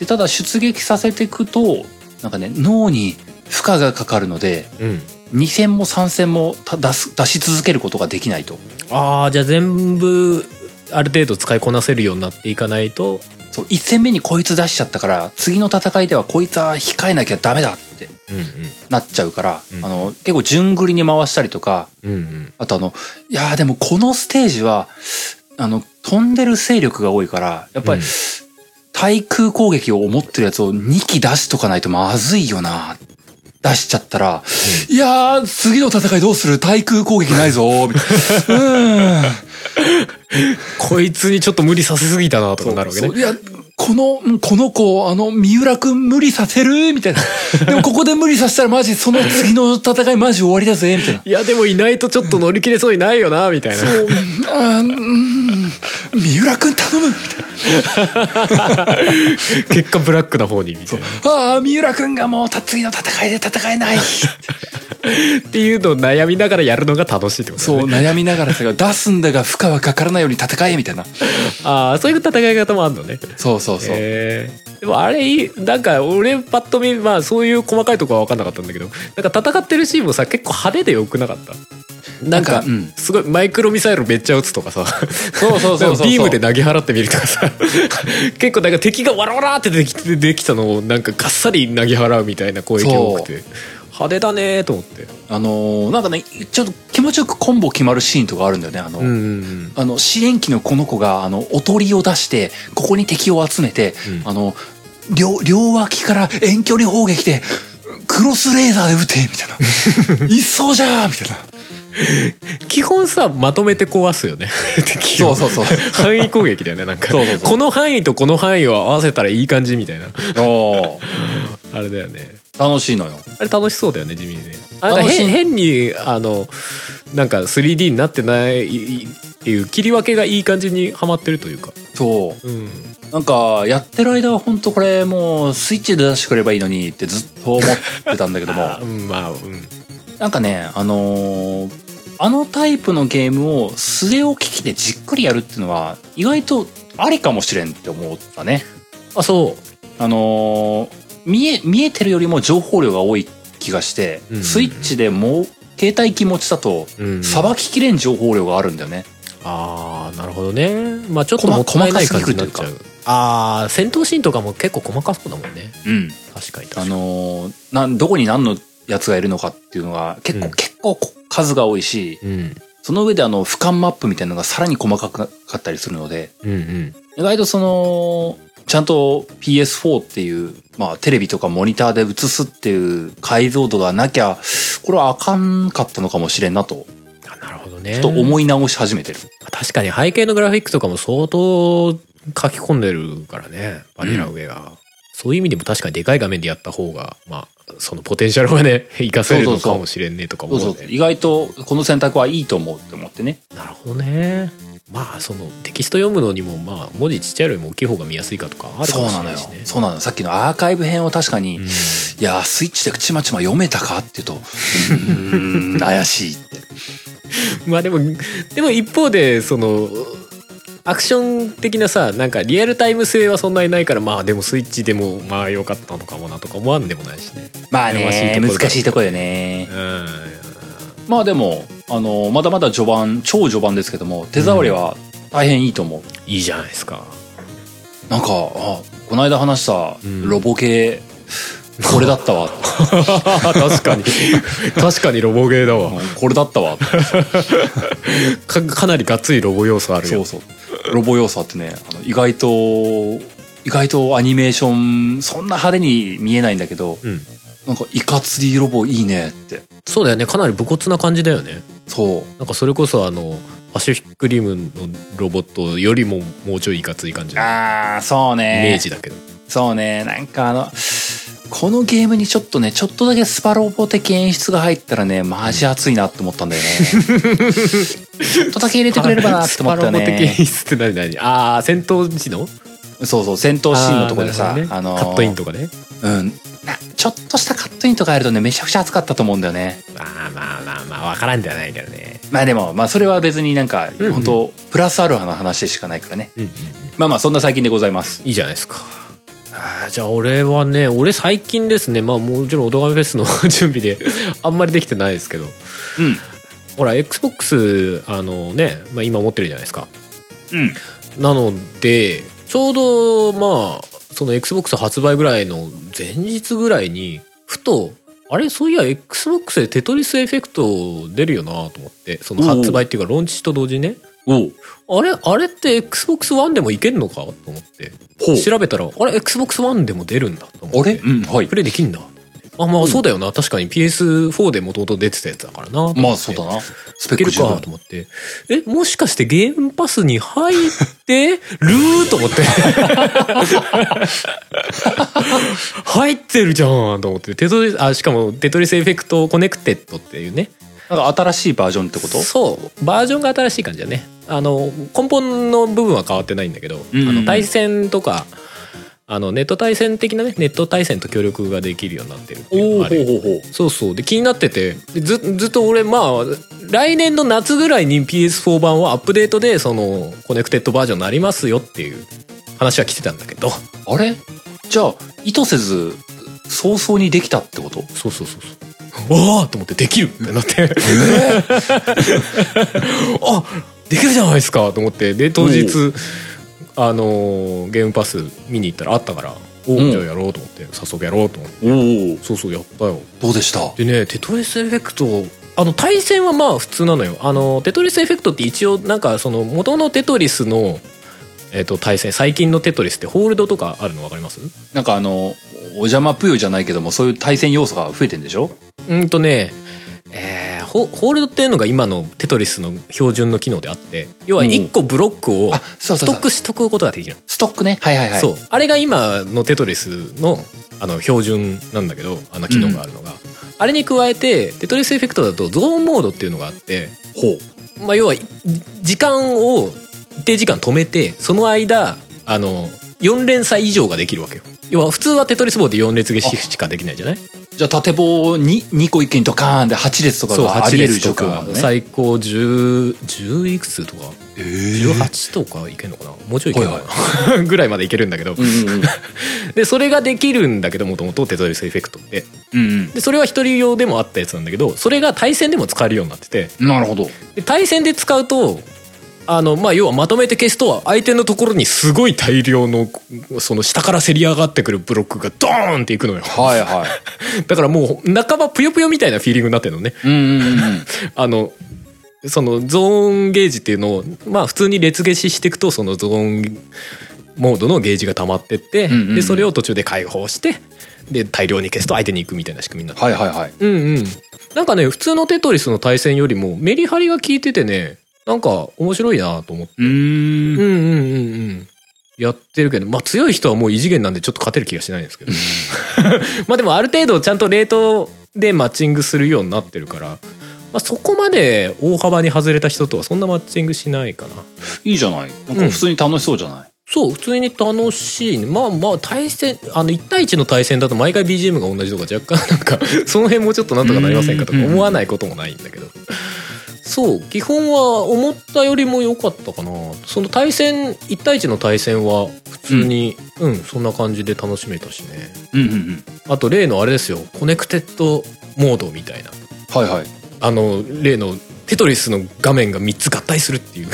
Speaker 1: でただ出撃させていくとなんかね脳に負荷がかかるので
Speaker 2: うん
Speaker 1: 2戦も3戦もた出す出し続けることができないと
Speaker 2: ああじゃあ全部ある程度使いこなせるようになっていかないと
Speaker 1: そう1戦目にこいつ出しちゃったから次の戦いではこいつは控えなきゃダメだって
Speaker 2: うん
Speaker 1: なっちゃうから、
Speaker 2: うん
Speaker 1: あの結構順繰りに回したりとか
Speaker 2: うんうん
Speaker 1: あとあのいやーでもこのステージはあの飛んでる勢力が多いからやっぱり、
Speaker 2: うん
Speaker 1: 対空攻撃を思ってるやつを2機出しとかないとまずいよな出しちゃったら、いやー、次の戦いどうする対空攻撃ないぞ みたいな。うーん。
Speaker 2: こいつにちょっと無理させすぎたなとかなるわけね
Speaker 1: そういや、この、うんこの子、あの、三浦くん無理させるみたいな。でもここで無理させたらマジ、その次の戦いマジ終わりだぜみたいな。
Speaker 2: いやでもいないとちょっと乗り切れそうにないよなみたいな
Speaker 1: そう、あーうん、三浦くん頼むみたい
Speaker 2: 結果ブラックな方にみたいな
Speaker 1: な。ああ、三浦くんがもうた次の戦いで戦えない。
Speaker 2: っていうのを悩みながらやるのが楽しいってことだ
Speaker 1: そう、
Speaker 2: よね
Speaker 1: 悩みながらですが出すんだが負荷はかからないように戦えみたいな。
Speaker 2: ああそういう戦い方もあるのね
Speaker 1: そうそうそう。
Speaker 2: へーでもあれいいなんか俺パッと見まあそういう細かいとこは分かんなかったんだけどなんか戦ってるシーンもさ結構派手でよくなかったなんか
Speaker 1: なんかうん
Speaker 2: すごいマイクロミサイルめっちゃ撃つとかさ
Speaker 1: そうそうそうそうそう
Speaker 2: なんかビームで投げ払ってみるとかさ結構なんか敵がわらわらってできてできたのをなんかがっさり投げ払うみたいな攻撃が多くて派手だねーと思って
Speaker 1: あのーなんかね、ちょっと気持ちよくコンボ決まるシーンとかあるんだよね。あの、
Speaker 2: うんうんうん
Speaker 1: あの、支援機のこの子が、あの、おとりを出して、ここに敵を集めて、
Speaker 2: うん
Speaker 1: あの、両、両脇から遠距離砲撃で、クロスレーザーで撃てみたいな。 いっそうじゃーみたいな。
Speaker 2: 基本さまとめて壊す よね敵
Speaker 1: そ
Speaker 2: を
Speaker 1: うそうそう。
Speaker 2: 範囲攻撃だよねなんか
Speaker 1: そうそうそう
Speaker 2: この範囲とこの範囲を合わせたらいい感じみたいな
Speaker 1: お
Speaker 2: あれだよね
Speaker 1: 楽しいのよ。
Speaker 2: あれ楽しそうだよね地味にねあなんか
Speaker 1: 楽しい
Speaker 2: 変変にあのなんか 3D になってないいいっていう切り分けがいい感じにはまってるというか
Speaker 1: そう。
Speaker 2: うん
Speaker 1: なんか、やってる間は本当これもうスイッチで出してくればいいのにってずっと思ってたんだけども
Speaker 2: あ、うんまあうん
Speaker 1: なんかね、あのーあのタイプのゲームを素手を機器でじっくりやるっていうのは意外とありかもしれんって思ったね。
Speaker 2: あそ
Speaker 1: あのー見え、見えてるよりも情報量が多い気がして、
Speaker 2: うん
Speaker 1: スイッチでもう携帯機持ちだと、
Speaker 2: う、うん、
Speaker 1: さばききれん情報量があるんだよね。
Speaker 2: ああなるほどねまあちょっと
Speaker 1: 細
Speaker 2: もったいない感じになっちゃ
Speaker 1: 細
Speaker 2: うああ戦闘シーンとかも結構細かそうだもんね
Speaker 1: うん。
Speaker 2: 確かに確か
Speaker 1: あ
Speaker 2: に
Speaker 1: のーなん、どこに何のやつがいるのかっていうのが結構、
Speaker 2: うん
Speaker 1: 結構こ数が多いし、
Speaker 2: うん
Speaker 1: その上であの、俯瞰マップみたいなのがさらに細かくなかったりするので、
Speaker 2: うんうん
Speaker 1: 意外とその、ちゃんと PS4 っていう、まあテレビとかモニターで映すっていう解像度がなきゃ、これはあかんかったのかもしれんなと、
Speaker 2: あなるほどね
Speaker 1: ちょっと思い直し始めてる。
Speaker 2: 確かに背景のグラフィックとかも相当書き込んでるからねバニラ上が、そういう意味でも確かにでかい画面でやった方がまあそのポテンシャルはね 生かせるのかもしれんねとか
Speaker 1: そ
Speaker 2: 思
Speaker 1: う
Speaker 2: うね
Speaker 1: そうそう。意外とこの選択はいいと思うって思ってね。
Speaker 2: なるほどねまあそのテキスト読むのにもまあ文字ちっちゃいよりも大きい方が見やすいかとかあるか
Speaker 1: そう
Speaker 2: もし
Speaker 1: な
Speaker 2: れ
Speaker 1: の
Speaker 2: ない
Speaker 1: よ
Speaker 2: しね。
Speaker 1: そうなのよ。さっきのアーカイブ編を確かに、
Speaker 2: う
Speaker 1: い
Speaker 2: ん
Speaker 1: やー、スイッチでちまちま読めたかっていうと、うー ん、怪しいって。
Speaker 2: まあでもでも一方でそのアクション的なさなんかリアルタイム性はそんなにないからまあでもスイッチでもまあ良かったのかもなとか思わんでもないしね。
Speaker 1: まあ
Speaker 2: 悩ましい
Speaker 1: ね
Speaker 2: と、ころだ
Speaker 1: 難しいとこよね。
Speaker 2: うん
Speaker 1: まあでも、あの、まだまだ序盤、超序盤ですけども、手触りは大変いいと思う。
Speaker 2: いいじゃないですか。
Speaker 1: なんか、あ、この間話した
Speaker 2: うん
Speaker 1: ロボ系、これだった わ。
Speaker 2: 確 かに確かにロボゲーだわ
Speaker 1: これだったわ。
Speaker 2: かかなりがっつりロボ要素ある
Speaker 1: そ
Speaker 2: よ
Speaker 1: うそう。ロボ要素あってね、あの意外と、意外とアニメーション、そんな派手に見えないんだけど、
Speaker 2: うん、
Speaker 1: なんかイカ釣りロボいいねって。
Speaker 2: そうだよねかなり武骨な感じだよね
Speaker 1: そう。
Speaker 2: なんかそれこそあのパシフィックリムのロボットよりももうちょいいかつい感じのイ
Speaker 1: ああ、そうね
Speaker 2: メージだけど、
Speaker 1: そうね、なんかあの、このゲームにちょっとね、ちょっとだけスパロボ的演出が入ったらね、マジ熱いなって思ったんだよね。ちょっとだけ入れてくれればなって思ったよ
Speaker 2: スパロボ的演
Speaker 1: ね。
Speaker 2: 出って何何ああ戦闘時の
Speaker 1: そうそう、戦闘シーンのとこでさ、
Speaker 2: あ
Speaker 1: あ,、
Speaker 2: ーなるほどね
Speaker 1: の、
Speaker 2: カットインとかね
Speaker 1: うん。なちょっとしたカットインとかやるとね、めちゃくちゃ熱かったと思うんだよね。
Speaker 2: まあまあまあまあ分からんではないけどね
Speaker 1: まあでも、まあそれは別になんか、
Speaker 2: うんうん
Speaker 1: 本当プラスアルファの話でしかないからね。
Speaker 2: うんうん
Speaker 1: まあまあ、そんな最近でございます。
Speaker 2: いいじゃないですかあーじゃあ俺はね俺最近ですねまあもちろん「オドガメフェス」の 準備であんまりできてないですけど
Speaker 1: うん。
Speaker 2: ほら XBOX あのね、まあ、今持ってるじゃないですか
Speaker 1: うん。
Speaker 2: なのでちょうどまあその XBOX 発売ぐらいの前日ぐらいにふとあれそういや XBOX でテトリスエフェクト出るよなと思ってその発売っていうかローンチと同時にね
Speaker 1: おう。
Speaker 2: あれあれって XBOX1 でもいけるのかと思って
Speaker 1: ほう。
Speaker 2: 調べたらあれ XBOX1 でも出るんだと思
Speaker 1: あ
Speaker 2: って
Speaker 1: れうん、はい
Speaker 2: プ。レイできんだあま
Speaker 1: う
Speaker 2: あ
Speaker 1: ん
Speaker 2: そうだよな確かに PS4 でもともと出てたやつだからなと思って
Speaker 1: まあそうだな。スペ
Speaker 2: い
Speaker 1: ック
Speaker 2: ける
Speaker 1: 十分
Speaker 2: かと思って。え、もしかしてゲームパスに入って ると思って。 入ってるじゃんと思って。テトリス、あ、しかもテトリスエフェクトコネクテッドっていうね。
Speaker 1: なんか新しいバージョンってこと
Speaker 2: そう。バージョンが新しい感じだね。あの、根本の部分は変わってないんだけど、
Speaker 1: うんうん
Speaker 2: あの対戦とか、あのネット対戦的なね、ネット対戦と協力ができるようになってるっていうのがあるよ
Speaker 1: ほうほう。
Speaker 2: そうそうで気になっててでずずっと俺まあ来年の夏ぐらいに PS4 版はアップデートでそのコネクテッドバージョンになりますよっていう話は来てたんだけど
Speaker 1: あれじゃあ意図せず早々にできたってこと
Speaker 2: そうそうそうそうわあと思ってできるってなって あできるじゃないですかと思ってで当日あのーゲームパス見に行ったらあったからお
Speaker 1: うん
Speaker 2: じゃあやろうと思って早速やろうと思って
Speaker 1: おお
Speaker 2: そうそうやったよ
Speaker 1: どうでした
Speaker 2: でねテトリスエフェクトあの対戦はまあ普通なのよあのテトリスエフェクトって一応なんかその元のテトリスの、えっと対戦最近のテトリスってホールドとかあるの分かります
Speaker 1: なんかあのお邪魔ぷよじゃないけどもそういう対戦要素が増えてんでしょ
Speaker 2: うんとねえーホホールドっていうのが今のテトリスの標準の機能であって要は1個ブロックを
Speaker 1: そう
Speaker 2: ストックしとくことができる
Speaker 1: ストックねはいはいはい
Speaker 2: そうあれが今のテトリスのあの標準なんだけどあの機能があるのが、あれに加えてテトリスエフェクトだとゾーンモードっていうのがあって
Speaker 1: ほう
Speaker 2: まあ、要はじ時間を一定時間止めてその間あの4連鎖以上ができるわけよ要は普通はテトリス棒で4列消ししかできないじゃない
Speaker 1: じゃあ縦棒に2個一気にドカーンで8列とか
Speaker 2: そう
Speaker 1: があ
Speaker 2: 8
Speaker 1: りえる
Speaker 2: 列
Speaker 1: 状
Speaker 2: と
Speaker 1: 況な
Speaker 2: か、
Speaker 1: のね
Speaker 2: 最高 10, 10いくつとか
Speaker 1: え
Speaker 2: 18とかいけるのかなもうちょいいけるのかな、 ぐらいまでいけるんだけど、
Speaker 1: うんうん
Speaker 2: でそれができるんだけどもともとテトリスエフェクトって
Speaker 1: うん
Speaker 2: でそれは一人用でもあったやつなんだけどそれが対戦でも使えるようになってて
Speaker 1: うんなるほど
Speaker 2: で対戦で使うとあの、まあ、要はまとめて消すと相手のところにすごい大量のその下からせり上がってくるブロックがドーンっていくのよ
Speaker 1: はいはい
Speaker 2: だからもう半ばぷよぷよみたいなフィーリングになってるのね
Speaker 1: うんうんうん
Speaker 2: あのそのゾーンゲージっていうのをまあ普通に列消ししていくとそのゾーンモードのゲージが溜まってって、
Speaker 1: んうんうん
Speaker 2: でそれを途中で解放してで大量に消すと相手に行くみたいな仕組みになってる
Speaker 1: はいはいはい
Speaker 2: うんうん。なんかね、普通のテトリスの対戦よりもメリハリが効いててね、なんか面白いなと思って。
Speaker 1: うー
Speaker 2: うんんうんうんうん。やってるけど、まあ強い人はもう異次元なんでちょっと勝てる気がしないんですけど。 まあでもある程度ちゃんとレートでマッチングするようになってるから、まあそこまで大幅に外れた人とはそんなマッチングしないかな。
Speaker 1: いいじゃないなんか普通に楽しそうじゃない
Speaker 2: そう、普通に楽しいね。まあまあ対戦、あの1対1の対戦だと毎回 BGM が同じとか若干なんか、 その辺もうちょっとなんとかなりませんかとか
Speaker 1: うんうんうん
Speaker 2: 思わないこともないんだけど。そう、基本は思ったよりも良かったかな。その対戦、1対1の対戦は普通に、うん、そんな感じで楽しめたしね。
Speaker 1: うんうんうん
Speaker 2: あと例のあれですよ、コネクテッドモードみたいな。
Speaker 1: はいはい
Speaker 2: あの、例のテトリスの画面が3つ合体するっていう。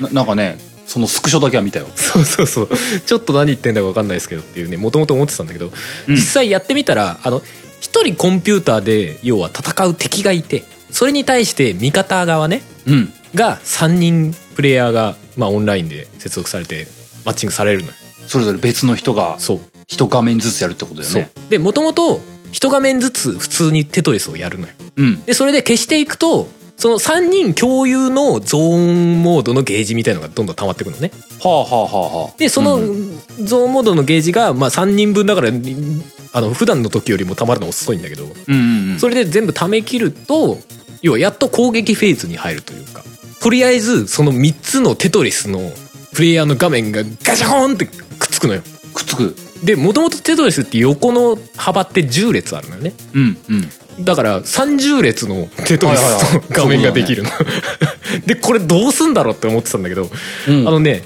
Speaker 1: ななんかねそのスクショだけは見たよ
Speaker 2: そうそうそうちょっと何言ってんだか分かんないですけどっていうねもともと思ってたんだけど、
Speaker 1: うん
Speaker 2: 実際やってみたらあの一人コンピューターで要は戦う敵がいてそれに対して味方側ね
Speaker 1: うん
Speaker 2: が3人プレイヤーが、まあ、オンラインで接続されてマッチングされるのよ
Speaker 1: それぞれ別の人が
Speaker 2: そう
Speaker 1: 一画面ずつやるってことだよ
Speaker 2: そう
Speaker 1: ね
Speaker 2: でもともと一画面ずつ普通にテトリスをやるのよ
Speaker 1: うん
Speaker 2: でそれで消していくとその3人共有のゾーンモードのゲージみたいのがどんどん溜まってくのね
Speaker 1: はあはあはあはあ
Speaker 2: でその
Speaker 1: うん
Speaker 2: ゾーンモードのゲージが、まあ、3人分だからにあの普段の時よりも溜まるの遅いんだけど
Speaker 1: うんうんうん
Speaker 2: それで全部溜め切ると要はやっと攻撃フェーズに入るというかとりあえずその3つのテトリスのプレイヤーの画面がガシャコーンってくっつくのよ
Speaker 1: くっつく
Speaker 2: でもともとテトリスって横の幅って10列あるのよね
Speaker 1: うんうん
Speaker 2: だから30列のテトリ
Speaker 1: はい
Speaker 2: スの
Speaker 1: はいはい
Speaker 2: 画面ができるの、 でこれどうすんだろうって思ってたんだけど、
Speaker 1: うん
Speaker 2: あのね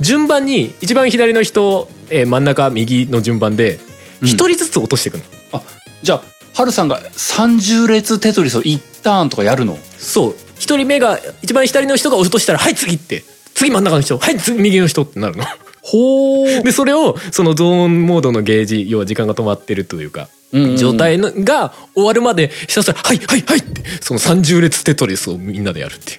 Speaker 2: 順番に一番左の人、えー真ん中右の順番で
Speaker 1: うん
Speaker 2: 1人ずつ落としていくの、
Speaker 1: あじゃあハルさんが30列テトリスを1ターンとかやるの
Speaker 2: そう1人目が一番左の人が落としたら「はい次」って次真ん中の人「はい次右の人」って なるの
Speaker 1: ほう
Speaker 2: でそれをそのゾーンモードのゲージ要は時間が止まってるというか
Speaker 1: うんうん
Speaker 2: 状態のが終わるまでひたすら「はいはいはい」ってその30列テトリスをみんなでやるっていう。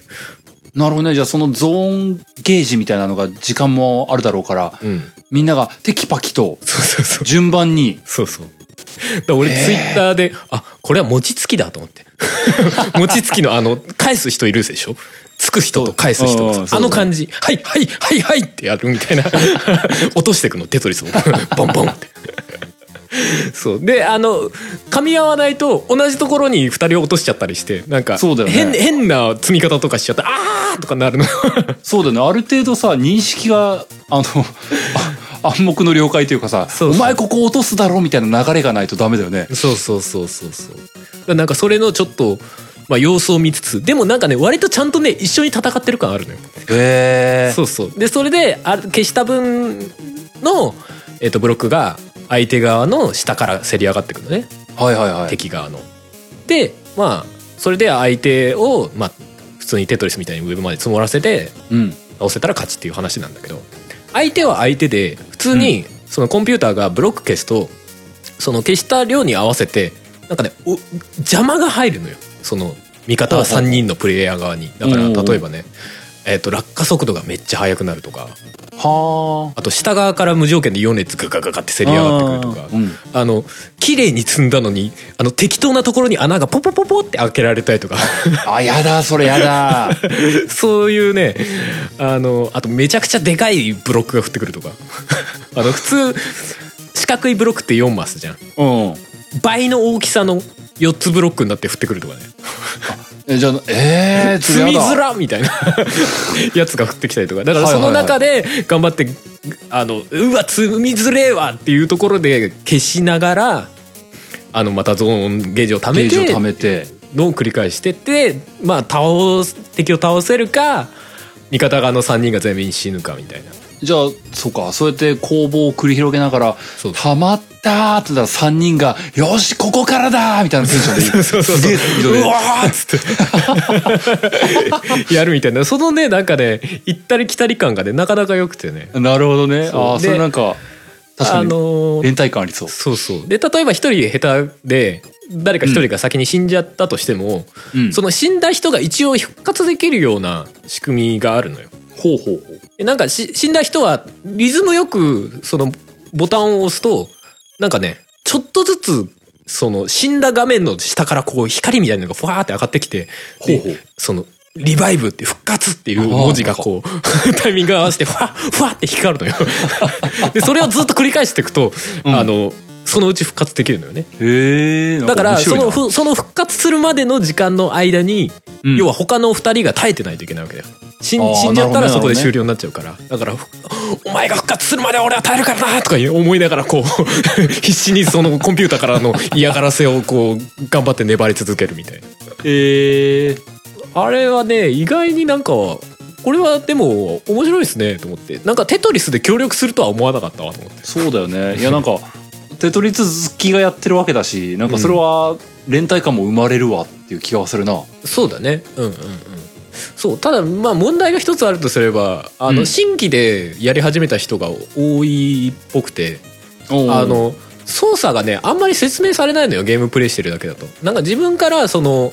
Speaker 1: なるほどねじゃあそのゾーンゲージみたいなのが時間もあるだろうから、
Speaker 2: うん
Speaker 1: みんながテキパキと
Speaker 2: そうそうそう
Speaker 1: 順番に
Speaker 2: そうそう。だから俺ツイッターで、あ、これは餅つきだと思って。 餅つきのあの、返す人いるでしょつく人と返す人
Speaker 1: うんうん
Speaker 2: と
Speaker 1: そうそ
Speaker 2: あ
Speaker 1: う
Speaker 2: の感じ、はいはいはいはいってやるみ たいな。落としていくの、テトリスを。ボンボンって。そう。で、あの、噛み合わないと同じところに二人落としちゃったりして、なんか、
Speaker 1: そうだよね
Speaker 2: 変変な積み方とかしちゃったら、あーとかなるの。
Speaker 1: そうだよねある程度さ認識があのあ暗黙の了解というかさ
Speaker 2: そうそう
Speaker 1: お前ここ落とすだろ」みたいな流れがないとダメだよね。
Speaker 2: そうそうそうそうそう。だからなんかそれのちょっと、まあ様子を見つつ、でもなんかね、割とちゃんとね、一緒に戦ってる感あるのよ。
Speaker 1: へ
Speaker 2: そうそう。で、それで、あ消した分の、えっ、と、ブロックが相手側の下からせり上がってくるのね。
Speaker 1: はいはいはい。
Speaker 2: 敵側の。で、まあ、それで相手を、まあ、普通にテトリスみたいに上まで積もらせて、
Speaker 1: うん
Speaker 2: 倒せたら勝ちっていう話なんだけど相手は相手で普通にそのコンピューターがブロック消すとその消した量に合わせてなんかねお邪魔が入るのよその味方は3人のプレイヤー側にだから
Speaker 1: うんうん
Speaker 2: 例えばね、えー、と落下速度がめっちゃ速くなるとか
Speaker 1: はあ。
Speaker 2: あと下側から無条件で4列ガガガガって競り上がってくるとか
Speaker 1: あーうん
Speaker 2: あの綺麗に積んだのにあの適当なところに穴がポポポポって開けられたりとか
Speaker 1: あやだそれや だ。
Speaker 2: そういうねあのあとめちゃくちゃでかいブロックが降ってくるとか あの普通四角いブロックって4マスじゃん
Speaker 1: うん
Speaker 2: 倍の大きさの4つブロックになって降ってくるとかね
Speaker 1: えじゃあえー、そ
Speaker 2: 積
Speaker 1: れ
Speaker 2: み
Speaker 1: やだ
Speaker 2: づらみたいな やつが降ってきたりとかだから
Speaker 1: はい
Speaker 2: そ
Speaker 1: はいは
Speaker 2: の
Speaker 1: い
Speaker 2: 中で頑張ってあのうわ積みづれえわっていうところで消しながらあのまたゾーンゲージを貯
Speaker 1: ゲ
Speaker 2: め
Speaker 1: ージを
Speaker 2: て
Speaker 1: 貯めて。
Speaker 2: のを繰り返してってまあ倒す敵を倒せるか味方側の3人が全員死ぬかみたいな
Speaker 1: じゃあそうかそうやって攻防を繰り広げながら
Speaker 2: そう
Speaker 1: 「たまった!」って言ったら3人が「よしここからだ!」みたいなテンションで
Speaker 2: そうそう
Speaker 1: す
Speaker 2: そ
Speaker 1: げ
Speaker 2: う
Speaker 1: えスピードで
Speaker 2: うわーっつって やるみたいなそのねなんかね行ったり来たり感がねなかなか良くてね
Speaker 1: なるほどね
Speaker 2: そう
Speaker 1: ああ
Speaker 2: で
Speaker 1: それなんか確か
Speaker 2: あ
Speaker 1: に
Speaker 2: のー
Speaker 1: 連帯感ありそう
Speaker 2: そうそうで例えば一人下手で誰か一人が先に死んじゃったとしても、
Speaker 1: うん
Speaker 2: その死んだ人が一応復活できるような仕組みがあるのよ
Speaker 1: ほうほうほう
Speaker 2: でなんかし死んだ人はリズムよくそのボタンを押すとなんかねちょっとずつその死んだ画面の下からこう光みたいなのがふわーって上がってきてで
Speaker 1: ほうほう
Speaker 2: そのリバイブって復活っていう文字がこう タイミング合わせてふわふわって光るのよ でそれをずっと繰り返していくと、
Speaker 1: うん
Speaker 2: あのそのうち復活できるのよね
Speaker 1: へえ
Speaker 2: だからその
Speaker 1: ふ
Speaker 2: ふその復活するまでの時間の間に、
Speaker 1: うん
Speaker 2: 要は他の2人が耐えてないといけないわけだよ死ん
Speaker 1: あー
Speaker 2: 死んじゃった
Speaker 1: な
Speaker 2: ら
Speaker 1: るほどね
Speaker 2: そこで終了になっちゃうから、だからふ「お前が復活するまでは俺は耐えるからな」とか思いながら こう必死にそのコンピューターからの嫌がらせをこう頑張って粘り続けるみたいな
Speaker 1: えー、
Speaker 2: あれはね意外になんかこれはでも面白いですねと思ってなんかテトリスで協力するとは思わなかったわと思って
Speaker 1: そうだよねいやなんかテトリス好きがやってるわけだしなんかそれは連帯感も生まれるわっていう気がするな、
Speaker 2: そうだねうんうんうんそうただまあ問題が一つあるとすればあの、
Speaker 1: うん
Speaker 2: 新規でやり始めた人が多いっぽくてあの操作がねあんまり説明されないのよゲームプレイしてるだけだとなんか自分からその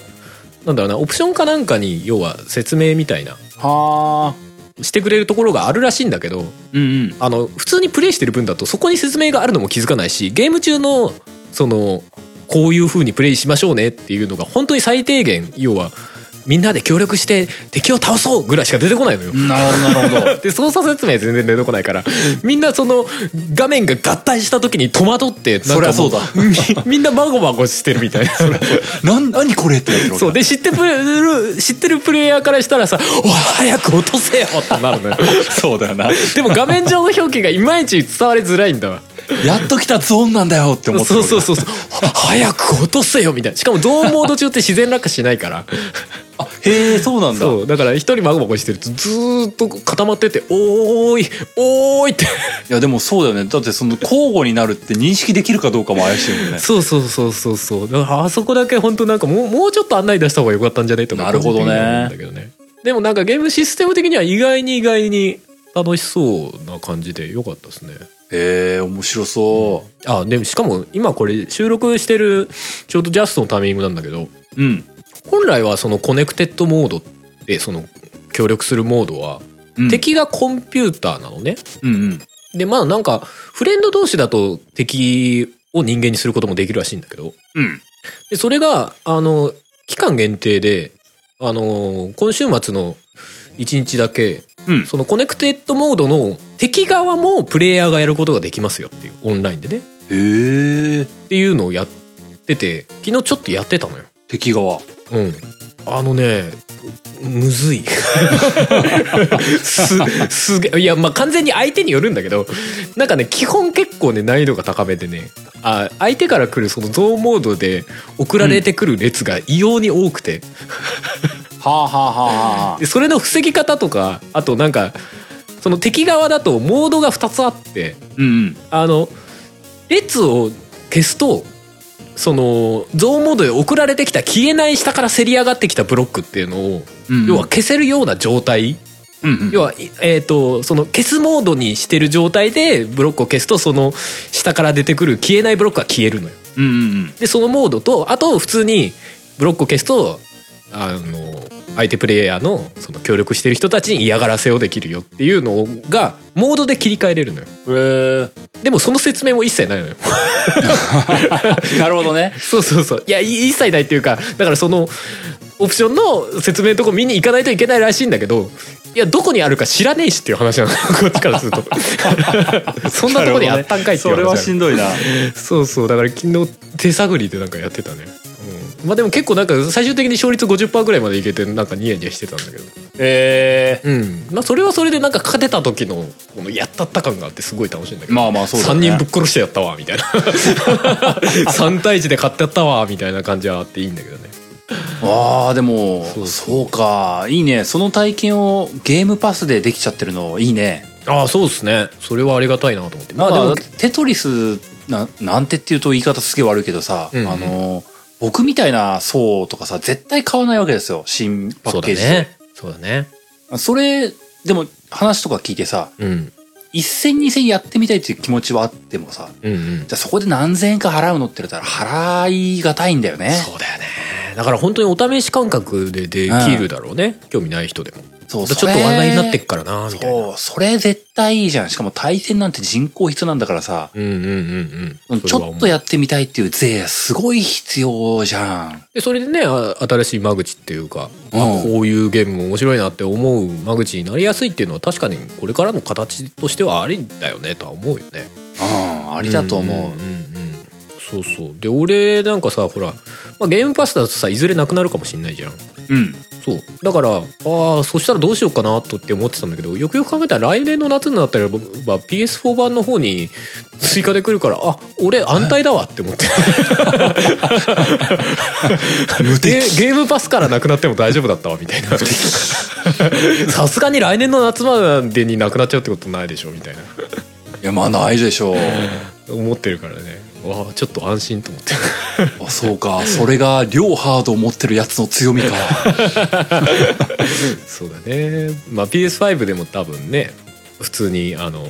Speaker 2: なんだろうなオプションかなんかに要は説明みたいな
Speaker 1: はあ
Speaker 2: してくれるところがあるらしいんだけど
Speaker 1: うんうん
Speaker 2: あの普通にプレイしてる分だとそこに説明があるのも気づかないしゲーム中のそのこういう風にプレイしましょうねっていうのが本当に最低限要はみんなで協力して敵を倒そうぐらいしか出てこないのよ。
Speaker 1: なるほどなるほど
Speaker 2: で操作説明全然出てこないからみんなその画面が合体した時に戸惑ってなんかも
Speaker 1: そりゃそうだ
Speaker 2: みみ んなまごまごしてるみたいな
Speaker 1: なん何これってやってるわけ
Speaker 2: そうで知ってプる知ってるプレイヤーからしたらさ「おい早く落とせよ!」ってなるのよ
Speaker 1: そうだよな
Speaker 2: でも画面上の表記がいまいち伝わりづらいんだわ
Speaker 1: やっと来たゾーンなんだよって思って
Speaker 2: そうそううそうそうは早く落とせよみたいなしかもゾーンモード中って自然落下しな いから
Speaker 1: あへえそうなんだ
Speaker 2: そうだから一人まごまごしてるとずーっと固まってて「おーいおーい」って
Speaker 1: いやでもそうだよねだってその交互になるって認識できるかどうかも怪しいもんね
Speaker 2: そうそうそうそうそうだからあそこだけ本当なんかもうもうちょっと案内出した方が良かったんじゃないとか
Speaker 1: なるほどね
Speaker 2: 個人的には思うんだけどねでもなんかゲームシステム的には意外に意外に楽しそうな感じで良かったですね
Speaker 1: へえ面白そ
Speaker 2: あでもしかも今これ収録してるちょうどジャストのタイミングなんだけど
Speaker 1: ううん、
Speaker 2: 本来はそのコネクテッドモードってその協力するモードは
Speaker 1: うん、
Speaker 2: 敵がコンピューターなのね、
Speaker 1: うんうん
Speaker 2: でまあなんかフレンド同士だと敵を人間にすることもできるらしいんだけど
Speaker 1: うん
Speaker 2: で、それが、あの、期間限定で、あの、今週末の1日だけ、
Speaker 1: うん
Speaker 2: そのコネクテッドモードの敵側もプレイヤーがやることができますよっていう、オンラインでね。
Speaker 1: へえ
Speaker 2: っていうのをやってて、昨日ちょっとやってたのよ。
Speaker 1: 敵側
Speaker 2: うん。あのね、むずい。す、すげえ、いや、まあ、完全に相手によるんだけど、なんかね、基本結構ね、難易度が高めでね、あ、相手から来るそのゾーンモードで送られてくる列が異様に多くて、
Speaker 1: はあはあはあはあ
Speaker 2: で、それの防ぎ方とか、あとなんか、その敵側だとモードが2つあって、
Speaker 1: うんうん
Speaker 2: あの、列を消すと、その、ゾーンモードで送られてきた消えない下からせり上がってきたブロックっていうのを、
Speaker 1: うん
Speaker 2: 要は消せるような状態、
Speaker 1: うんうん
Speaker 2: 要は、いえー、とその消すモードにしてる状態でブロックを消すとその下から出てくる消えないブロックが消えるのよ
Speaker 1: うんうん
Speaker 2: でそのモードとあと普通にブロックを消すとあの相手プレイヤーのその協力してる人たちに嫌がらせをできるよっていうのがモードで切り替えれるのよ
Speaker 1: うんへ
Speaker 2: でもその説明も一切ないのよ
Speaker 1: えなるほどね
Speaker 2: そうそうそういやい一切ないっていうかだからそのオプションの説明のとこ見に行かないといけないらしいんだけどいやどこにあるか知らねえしっていう話なの こっちからする とそんなとこでやったんかいってい
Speaker 1: なるほどねそ
Speaker 2: う話なの
Speaker 1: れはしんどいな
Speaker 2: そうそうだから昨日手探りでなんかやってたね、うん、まあでも結構なんか最終的に勝率50%ぐらいまでいけてなんかニヤニヤしてたんだけど
Speaker 1: え
Speaker 2: うんまあそれはそれでなんか勝てた時のこのやったった感があってすごい楽しいんだけど
Speaker 1: まあまあそうだね
Speaker 2: 3人ぶっ殺してやったわみたいな 3対1で勝ってやったわみたいな感じはあっていいんだけどね
Speaker 1: ああでも
Speaker 2: そ
Speaker 1: そうう
Speaker 2: そう
Speaker 1: かいいねその体験をゲームパスでできちゃってるのいいね
Speaker 2: ああそうですねそれはありがたいなと思って
Speaker 1: まあで
Speaker 2: ま
Speaker 1: も
Speaker 2: あ
Speaker 1: テトリスななんてっていうと言い方すげえ悪いけどさ、
Speaker 2: うんうん
Speaker 1: あの僕みたいな層とかさ絶対買わないわけですよ新パ
Speaker 2: そ
Speaker 1: ッ
Speaker 2: うだ
Speaker 1: ケージ
Speaker 2: ねそうだね
Speaker 1: そ,、それでも話とか聞いてさ
Speaker 2: うん
Speaker 1: 一戦二戦やってみたいっていう気持ちはあってもさ
Speaker 2: うんうん
Speaker 1: じゃあそこで何千円か払うのって言ったら払いがたいんだよね
Speaker 2: そうだよねだから本当にお試し感覚でできるだろうね、興味ない人でも
Speaker 1: そう
Speaker 2: ちょっ
Speaker 1: そ
Speaker 2: と
Speaker 1: れ
Speaker 2: 話題になってっからなみたいな
Speaker 1: そうそれ絶対いいじゃんしかも対戦なんて人口必要なんだからさ
Speaker 2: うんうんうんうん
Speaker 1: ちょっとやってみたいっていう税すごい必要じゃん
Speaker 2: でそれでねあ新しい間口っていうか、あ
Speaker 1: うん
Speaker 2: こういうゲームも面白いなって思う間口になりやすいっていうのは確かにこれからの形としてはありだよねとは思うよね。
Speaker 1: うんあ
Speaker 2: あ
Speaker 1: りだと思う、
Speaker 2: んうんうんそうそうで俺なんかさほら、まあ、ゲームパスだとさいずれなくなるかもしんないじゃん。
Speaker 1: うん。
Speaker 2: そうだからああそしたらどうしようかなとって思ってたんだけどよくよく考えたら来年の夏になったらば PS4 版の方に追加で来るからあ俺安泰だわって思って
Speaker 1: 無
Speaker 2: ゲゲームパスからなくなっても大丈夫だったわみたいな さすがに来年の夏までになくなっちゃうってことないでしょみたいない
Speaker 1: や、まあないでしょう。
Speaker 2: 思ってるからねわあちょっと安心と思って
Speaker 1: あそうか。それが、両ハードを持ってるやつの強みか。
Speaker 2: そうだね、まあ、PS5 でも多分ね普通にあの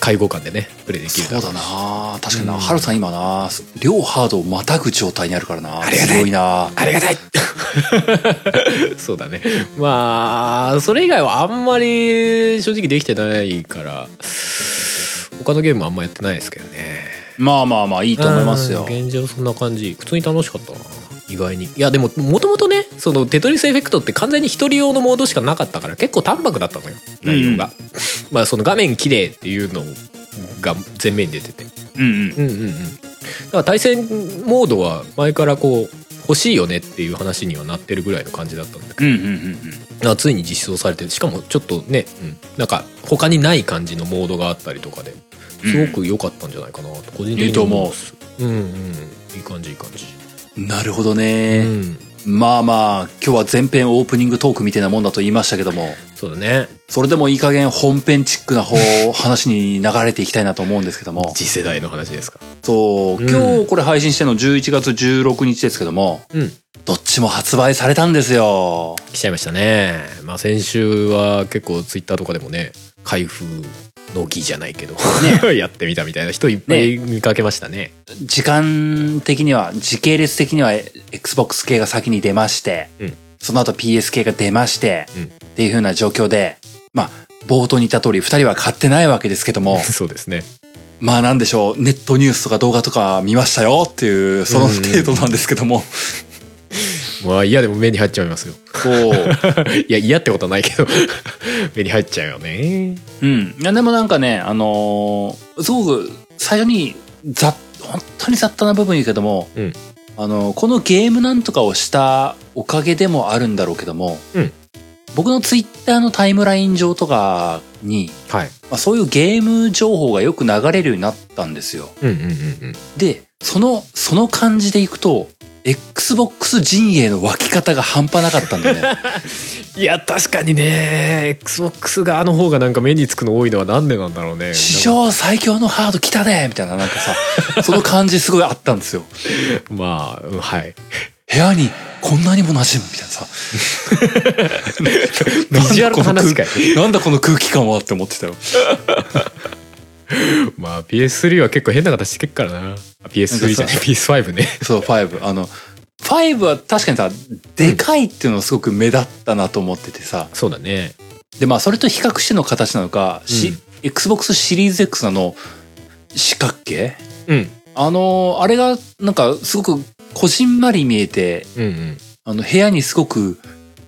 Speaker 2: 介護官でねプレイできる
Speaker 1: そうだ
Speaker 2: な
Speaker 1: な確かにな。ハルさん今な、両ハードをまたぐ状態にあるからな。強いな
Speaker 2: ありがたい そうだねまあそれ以外はあんまり正直できてないから他のゲームはあんまやってないですけどね
Speaker 1: まあまあまあ、いいと思いますよ
Speaker 2: うん。現状そんな感じ普通に楽しかったな意外にいやでももともとねそのテトリスエフェクトって完全に一人用のモードしかなかったから結構淡白だったのよ内容が、まあその画面綺麗っていうのが前面に出てて
Speaker 1: うんうん
Speaker 2: うんうんうんだから対戦モードは前からこう欲しいよねっていう話にはなってるぐらいの感じだったんだけど
Speaker 1: うんうんうん
Speaker 2: あついに実装されてしかもちょっとね、うん、なんか他にない感じのモードがあったりとかですごく良かったんじゃないかなと、個
Speaker 1: うん
Speaker 2: 人
Speaker 1: い
Speaker 2: 的
Speaker 1: いと
Speaker 2: に
Speaker 1: 思
Speaker 2: う、うんうん、いい感じいい感じ、
Speaker 1: うなるほどね、
Speaker 2: うん、
Speaker 1: まあまあ今日は前編オープニングトークみたいなもんだと言いましたけども
Speaker 2: そうだね
Speaker 1: それでもいい加減本編チックな方話に流れていきたいなと思うんですけども
Speaker 2: 次世代の話ですか
Speaker 1: そう
Speaker 2: うん
Speaker 1: 今日これ配信してるの11月16日ですけども
Speaker 2: うん
Speaker 1: どっちも発売されたんですよ
Speaker 2: 来ちゃいましたねまあ先週は結構ツイッターとかでもね開封の儀じゃないけど、 やってみたみたいな人いっぱい見かけましたね
Speaker 1: 時間的には時系列的にはえ XBOX 系が先に出まして、
Speaker 2: うん
Speaker 1: その後 PS 系が出まして、
Speaker 2: うん
Speaker 1: っていう風な状況でまあ冒頭に言った通り2人は買ってないわけですけども
Speaker 2: そうですね
Speaker 1: まあなんでしょうネットニュースとか動画とか見ましたよっていうその程度なんですけども、
Speaker 2: まあ嫌でも目に入っちゃいますよ
Speaker 1: こ
Speaker 2: いや嫌ってことはないけど 目に入っちゃうよね
Speaker 1: う、うん、いやでもなんかねあのーすごく最初にざ本当に雑多な部分言うけども、
Speaker 2: うん
Speaker 1: あのこのゲームなんとかをしたおかげでもあるんだろうけども、
Speaker 2: うん
Speaker 1: 僕のツイッターのタイムライン上とかに、
Speaker 2: はい
Speaker 1: まあ、そういうゲーム情報がよく流れるようになったんですよ
Speaker 2: うんうんうんうん
Speaker 1: でそのその感じでいくと XBOX 陣営の湧き方が半端なかったんだよ ね
Speaker 2: いや確かにね XBOX があの方がなんか目につくの多いのはなんでなんだろうね
Speaker 1: 史上最強のハード来たねみたいななんかさその感じすごいあったんですよ
Speaker 2: なんかまあうんはい
Speaker 1: 部屋にこんなにも馴染むみたいなさ
Speaker 2: ビジュアルの話かい
Speaker 1: なんだこの空気感はって思ってたよ
Speaker 2: まあ PS3 は結構変な形してっからなあ PS3 じゃない PS5 ね
Speaker 1: そう、5。あの、5は確かにさ、でかいっていうのすごく目立ったなと思っててさ。
Speaker 2: そうだね
Speaker 1: で、まあ、それと比較しての形なのか、し
Speaker 2: うん
Speaker 1: Xbox シリーズ X のあの四角形
Speaker 2: うん
Speaker 1: あの、あれが、なんか、すごく、こじんまり見えて、
Speaker 2: うんうん
Speaker 1: あの、部屋にすごく、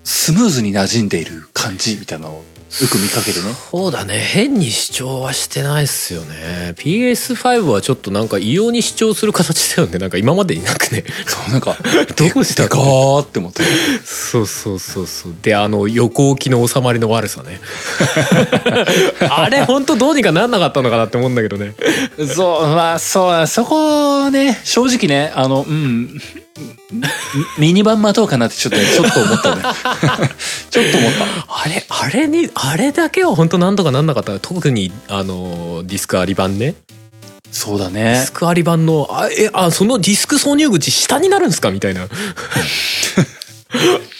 Speaker 1: スムーズに馴染んでいる感じみたいなのを、よく見かける ね。
Speaker 2: そうだね変に主張はしてないっすよね PS5 はちょっとなんか異様に主張する形だよねなんか今までになくね
Speaker 1: そう、なんか、
Speaker 2: どうした
Speaker 1: でかーって 思って。
Speaker 2: そうそうそうそうであの横置きの収まりの悪さ ねあれほんとどうにかなんなかったのかなって思うんだけどね
Speaker 1: そう、まあ、そう、そこね、正直ね、あの、うん、ミミニ版待とうかなってちょっと、ちょっと思 ったね。ちょっと思った。
Speaker 2: あれあれにあれだけは本当なんとかなんなかった特にあのディスクあり版ね
Speaker 1: そうだ
Speaker 2: ディ
Speaker 1: ね
Speaker 2: ス。クあり版のあえあそのディスク挿入口下になるんですかみたいな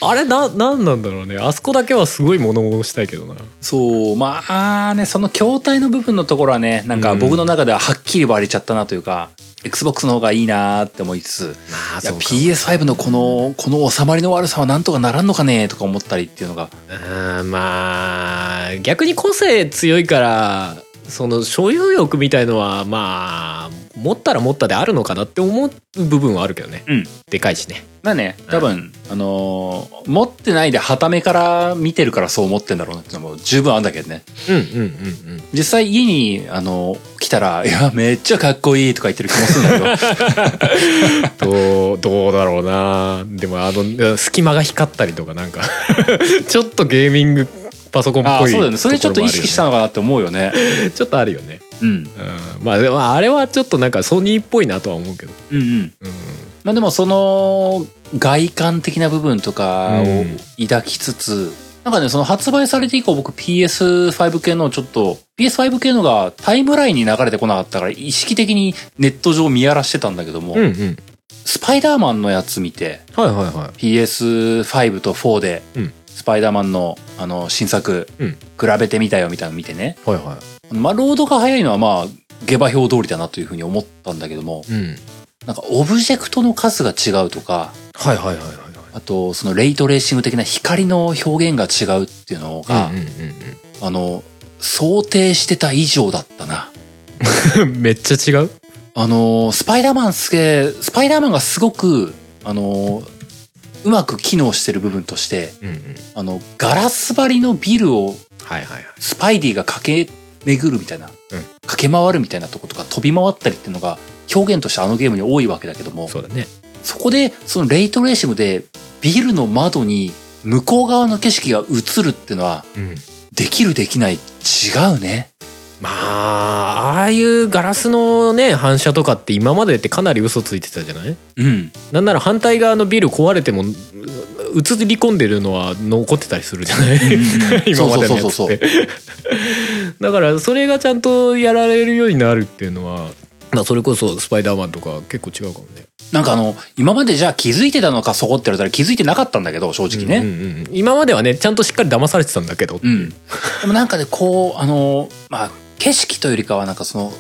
Speaker 2: あれななんなんだろうねあそこだけはすごい物申したいけどな
Speaker 1: そう、まあね、その筐体の部分のところはね、なんか
Speaker 2: うん
Speaker 1: 僕の中でははっきり割れちゃったなというか、Xbox の方がいいなーって思いつつ、
Speaker 2: まあ
Speaker 1: いや PS5 のこの、この収まりの悪さはなんとかならんのかねーとか思ったりっていうのが、
Speaker 2: まあ逆に個性強いからその所有欲みたいのはまあ持ったら持ったであるのかなって思う部分はあるけどね、
Speaker 1: うん
Speaker 2: でかいしね
Speaker 1: まあね、多分、あのー持ってないではためから見てるからそう思ってんだろうなっていうのも十分あるんだけどね。
Speaker 2: うんうんうんうん
Speaker 1: 実際家に、あの、来たら、いや、めっちゃかっこいいとか言ってる気もするん だけど、
Speaker 2: どうどうだろうなでもあの隙間が光ったりとかなん かちょっとゲーミングパソコンっ
Speaker 1: あ
Speaker 2: ぽ
Speaker 1: あ、
Speaker 2: い
Speaker 1: そうだよね。それちょっと意識した
Speaker 2: と
Speaker 1: のかなって思うよね。
Speaker 2: ころもあるよねちょっとあるよね、
Speaker 1: うん。
Speaker 2: うん、まあでもあれはちょっとなんかソニーっぽいなとは思うけど、
Speaker 1: うんうん。
Speaker 2: うん、
Speaker 1: まあでも、その、外観的な部分とかを
Speaker 2: うん
Speaker 1: 抱きつつ、なんかね、その発売されて以降僕 PS5 系のちょっと、PS5 系のがタイムラインに流れてこなかったから、意識的にネット上見荒らしてたんだけども、
Speaker 2: うんうん
Speaker 1: スパイダーマンのやつ見て、
Speaker 2: はいはいはい
Speaker 1: PS5 と4で
Speaker 2: うん、
Speaker 1: スパイダーマンのあの新作、
Speaker 2: うん
Speaker 1: 比べてみたよみたいなの見てね。
Speaker 2: はいは
Speaker 1: まあ、ロードが早いのはまあ、下馬評通りだなというふうに思ったんだけども、
Speaker 2: いうん
Speaker 1: なんかオブジェクトの数が違うとか、
Speaker 2: はいはいはいはい
Speaker 1: あと、そのレイトレーシング的な光の表現が違うっていうのが、
Speaker 2: うんうん
Speaker 1: あの、想定してた以上だったな。
Speaker 2: うん うん、めっちゃ違う
Speaker 1: あの、スパイダーマンすげースパイダーマンがすごく、あの、うまく機能してる部分として
Speaker 2: うんうん
Speaker 1: あのガラス張りのビルを
Speaker 2: はいはいはい
Speaker 1: スパイディが駆け巡るみたいな、
Speaker 2: うん
Speaker 1: 駆け回るみたいなとことか飛び回ったりっていうのが表現としてあのゲームに多いわけだけども
Speaker 2: そうだね
Speaker 1: そこでそのレイトレーシムでビルの窓に向こう側の景色が映るっていうのは
Speaker 2: うん
Speaker 1: できるできない違うね
Speaker 2: まあああいうガラスのね反射とかって今までってかなり嘘ついてたじゃない
Speaker 1: うん
Speaker 2: なんなら反対側のビル壊れてもうう映り込んでるのは残ってたりするじゃない 今ま
Speaker 1: そう
Speaker 2: でのやつ
Speaker 1: そうそう
Speaker 2: っ
Speaker 1: そう
Speaker 2: て だからそれがちゃんとやられるようになるっていうのは、まあ、それこそ「スパイダーマン」とか結構違うかもね。
Speaker 1: なんかあの今までじゃあ気づいてたのかそこって言われたら気づいてなかったんだけど正直ね、
Speaker 2: うんうんうん今まではねちゃんとしっかり騙されてたんだけどって
Speaker 1: う。
Speaker 2: いうん
Speaker 1: でもなんかね、こう、あの、まあ、景色というよりかはなんかその、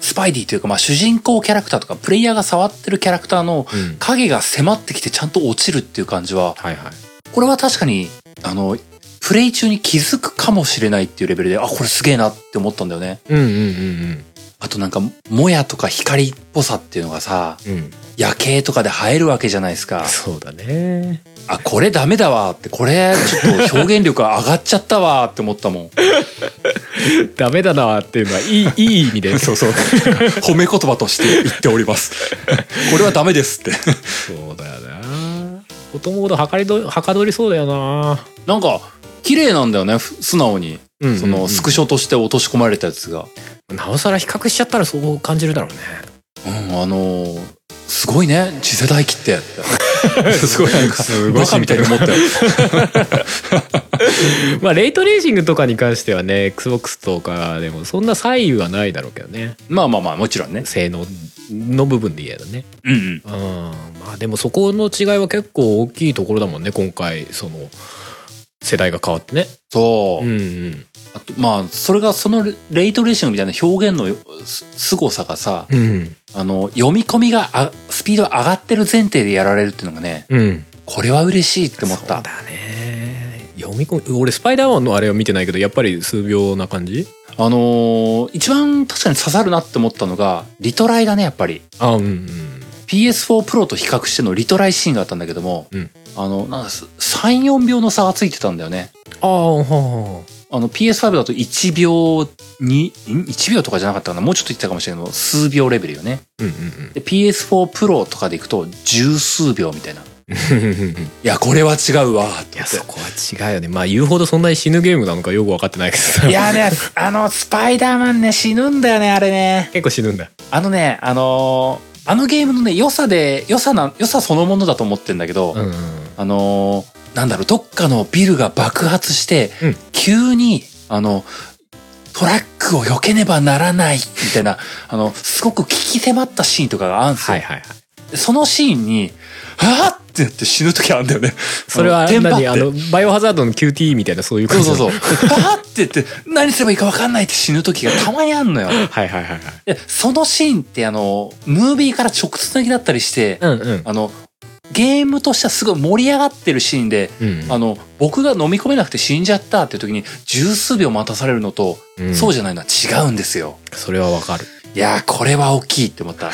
Speaker 1: スパイディというか、まあ、主人公キャラクターとか、プレイヤーが触ってるキャラクターの
Speaker 2: うん
Speaker 1: 影が迫ってきてちゃんと落ちるっていう感じは、
Speaker 2: はいはい
Speaker 1: これは確かに、あの、プレイ中に気づくかもしれないっていうレベルで、あ、これすげえなって思ったんだよね。
Speaker 2: うんうんうん
Speaker 1: あとなんか、もやとか光っぽさっていうのがさ、
Speaker 2: うんうん
Speaker 1: 夜景とかで映えるわけじゃないですか。
Speaker 2: そうだね
Speaker 1: あ、これダメだわって、これちょっと表現力上がっちゃったわって思ったも ん。
Speaker 2: ダメだなっていうのはい いいい意味で
Speaker 1: そうそう。褒め言葉として言っております。これはダメですって。
Speaker 2: そうだよなこともほどはかりどはかどりそうだよな
Speaker 1: なんか、綺麗なんだよね、ふ素直に。
Speaker 2: うんうんうん
Speaker 1: その、スクショとして落とし込まれたやつが。
Speaker 2: なおさら比較しちゃったらそう感じるだろうね
Speaker 1: うん、あのーすごいね、次世代機って。 すごいなんか
Speaker 2: す、ごい
Speaker 1: バカみたいに思ったよ。
Speaker 2: まあレイトレーシングとかに関してはね XBOX とかでもそんな左右はないだろうけどね
Speaker 1: まあまあまあ、もちろんね。
Speaker 2: 性能の部分で言えばね
Speaker 1: うんうん。
Speaker 2: うんまあでもそこの違いは結構大きいところだもんね今回その世代が変わってね
Speaker 1: そうう。
Speaker 2: んうん
Speaker 1: あと、まあ、それがそのレレイトレーションみたいな表現のす凄さがさ、
Speaker 2: うん
Speaker 1: あの、読み込みがあ、スピード上がってる前提でやられるっていうのがね、
Speaker 2: うん
Speaker 1: これは嬉しいって思った
Speaker 2: そう。だね読み込み俺スパイダーマンのあれは見てないけどやっぱり数秒な感じ
Speaker 1: あのー一番確かに刺さるなって思ったのが、リトライだね、やっぱり。
Speaker 2: あうんうん
Speaker 1: PS4 Pro と比較してのリトライシーンがあったんだけども、
Speaker 2: うん
Speaker 1: あの、なんかす3、4秒の差がついてたんだよね。
Speaker 2: ああはあは
Speaker 1: あの PS5 だと1秒に、ん ?1 秒とかじゃなかったかなもうちょっと言ってたかもしれないけど、数秒レベルよね。
Speaker 2: あうんうん
Speaker 1: で、PS4 Pro とかでいくと、十数秒みたいな。い
Speaker 2: うん
Speaker 1: や、これは違うわーって
Speaker 2: いやそこは違うよねまあ言うほどそんなに死ぬゲームなのかよく分かってないけどさ
Speaker 1: いやね、あの、スパイダーマンね、死ぬんだよね、あれね。
Speaker 2: 結構死ぬんだ
Speaker 1: あのね、あのーあのゲームのね、良さで、良さな、良さそのものだと思ってんだけど、
Speaker 2: うんうん
Speaker 1: あのーなんだろう、どっかのビルが爆発して、
Speaker 2: うん
Speaker 1: 急に、あの、トラックを避けねばならない、みたいな、あの、すごく聞き迫ったシーンとかがあるんですよ。
Speaker 2: はいはいはい
Speaker 1: でそのシーンに、はぁってなって死ぬ時あるんだよね。
Speaker 2: それは
Speaker 1: テンパっ
Speaker 2: 何
Speaker 1: て
Speaker 2: あのバイオハザードの QT みたいなそういう
Speaker 1: そ
Speaker 2: 感
Speaker 1: う
Speaker 2: じ
Speaker 1: そうそう。
Speaker 2: う
Speaker 1: はぁって言って、何すればいいか分かんないって死ぬ時がたまにあんのよ。
Speaker 2: はいはいはいはい
Speaker 1: で、そのシーンってあの、ムービーから直つなぎだったりして、
Speaker 2: うんうん
Speaker 1: あの、ゲームとしてはすごい盛り上がってるシーンで、
Speaker 2: うん
Speaker 1: あの、僕が飲み込めなくて死んじゃったっていう時に、十数秒待たされるのと、
Speaker 2: うん
Speaker 1: そうじゃないのは違うんですよ。
Speaker 2: それはわかる
Speaker 1: いやー、これは大きいって思った。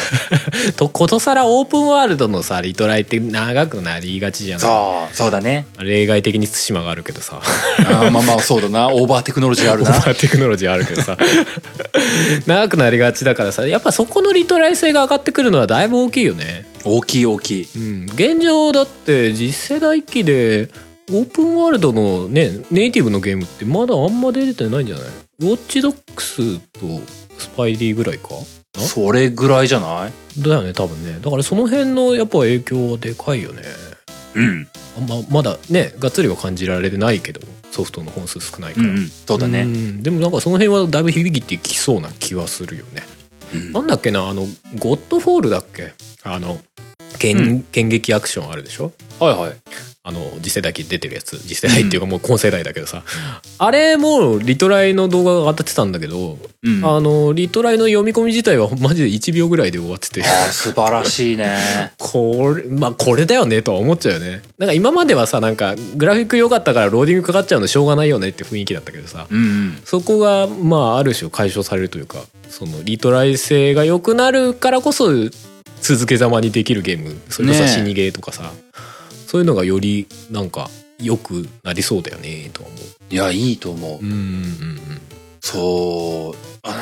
Speaker 2: とことさらオープンワールドのさリトライって長くなりがちじゃな い
Speaker 1: そう、そうだね。
Speaker 2: 例外的に対馬があるけどさ
Speaker 1: あーまあまあ、そうだな。オーバーテクノロジーあるな。
Speaker 2: オーバーテクノロジーあるけどさ 長くなりがちだからさやっぱそこのリトライ性が上がってくるのはだいぶ大きいよね
Speaker 1: 大きい大きい。
Speaker 2: うん、現状だって次世代機でオープンワールドのねネイティブのゲームってまだあんま出てないんじゃないウォッチドックスとスパイディぐらいかあ
Speaker 1: それぐらいじゃない
Speaker 2: だよね多分ねだからその辺のやっぱ影響はでかいよね
Speaker 1: うん。
Speaker 2: あんままだねがっつりは感じられてないけどソフトの本数少ないか
Speaker 1: う
Speaker 2: ら、
Speaker 1: ん、うん。そうだね。
Speaker 2: んでもなんかその辺はだいぶ響いてきそうな気はするよね
Speaker 1: うん
Speaker 2: なんだっけなあのゴッドフォールだっけあの剣,、
Speaker 1: うん
Speaker 2: 剣撃アクションあるでしょ
Speaker 1: はいはい。
Speaker 2: あの次世代機出てるやつ次世代っていうかもう今世代だけどさ、あれもリトライの動画が当たってたんだけど、
Speaker 1: うん。あ
Speaker 2: あのリトライの読み込み自体はマジで1秒ぐらいで終わっ てて
Speaker 1: ー素晴らしいね。
Speaker 2: これまあこれだよねとは思っちゃうよねなんか今まではさなんかグラフィック良かったからローディングかかっちゃうのしょうがないよねって雰囲気だったけど さ
Speaker 1: うんうん。
Speaker 2: そこがまあある種解消されるというかそのリトライ性が良くなるからこそ続けざまにできるゲームそれこそ
Speaker 1: ねえ
Speaker 2: 死にゲーとかさ、そういうのがよりなんか良くなりそうだよねとは思
Speaker 1: いやいいと思う、
Speaker 2: ううんうん
Speaker 1: そうあ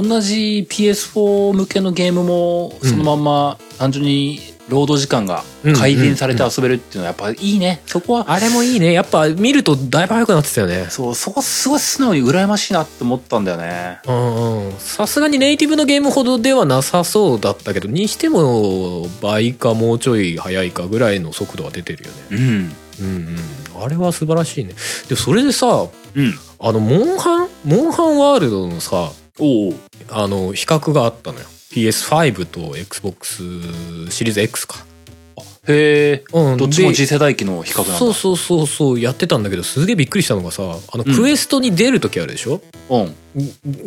Speaker 1: な同じ PS4 向けのゲームも
Speaker 2: うん
Speaker 1: そのまんま単純にロード時間が
Speaker 2: うん
Speaker 1: 改善されて遊べるっていうのはやっぱいいねそこは
Speaker 2: あれもいいねやっぱ見るとだいぶ早くなってたよね
Speaker 1: そうそこすごい素直に羨ましいなって思ったんだよね
Speaker 2: うんうんさすがにネイティブのゲームほどではなさそうだったけどにしても倍かもうちょい早いかぐらいの速度は出てるよね
Speaker 1: うん
Speaker 2: うんうんあれは素晴らしいねでそれでさ
Speaker 1: うん
Speaker 2: あのモンハンモンハンワールドのさ
Speaker 1: おお
Speaker 2: あの比較があったのよ PS5 と XBOX シリーズ X か、
Speaker 1: へえ
Speaker 2: うん
Speaker 1: どっちも
Speaker 2: で
Speaker 1: 次世代機の比較なんだ
Speaker 2: そうそうそうそうやってたんだけどすげえびっくりしたのがさあの
Speaker 1: うん
Speaker 2: クエストに出る時あるでしょ、
Speaker 1: うん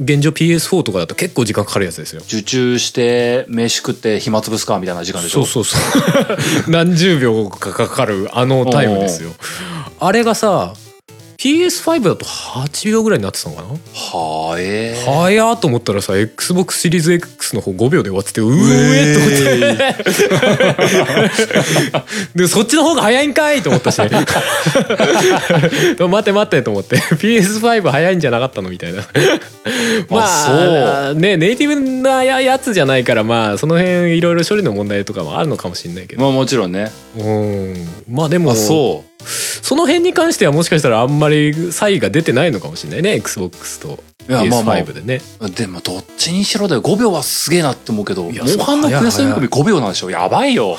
Speaker 2: 現状 PS4 とかだと結構時間かかるやつですよ
Speaker 1: 受注して飯食って暇つぶすかみたいな時間でし
Speaker 2: そ
Speaker 1: ょ
Speaker 2: うそうそう 何十秒かかかるあのタイムですよあれがさ PS5 だと8秒ぐらいになってたのかな
Speaker 1: はえー、
Speaker 2: 早ーと思ったらさ XBOX シリーズ X の方5秒で終わっててう
Speaker 1: え
Speaker 2: えーと思ってでそっちの方が早いんかいと思ったしねでも待て待てと思って PS5 早いんじゃなかったのみたいなまあねネイティブなややつじゃないからまあその辺いろいろ処理の問題とかもあるのかもしれないけど
Speaker 1: まあもちろんね
Speaker 2: うんまあでも
Speaker 1: あそ
Speaker 2: その辺に関してはもしかしたらあんまり差異が出てないのかもしれないね XBOX と
Speaker 1: いやまあまあ
Speaker 2: PS5 でね
Speaker 1: うでもどっちにしろだよ5秒はすげえなって思うけどモ
Speaker 2: いや
Speaker 1: ンハンのクエスト読み込み5秒なんでしょやばいよ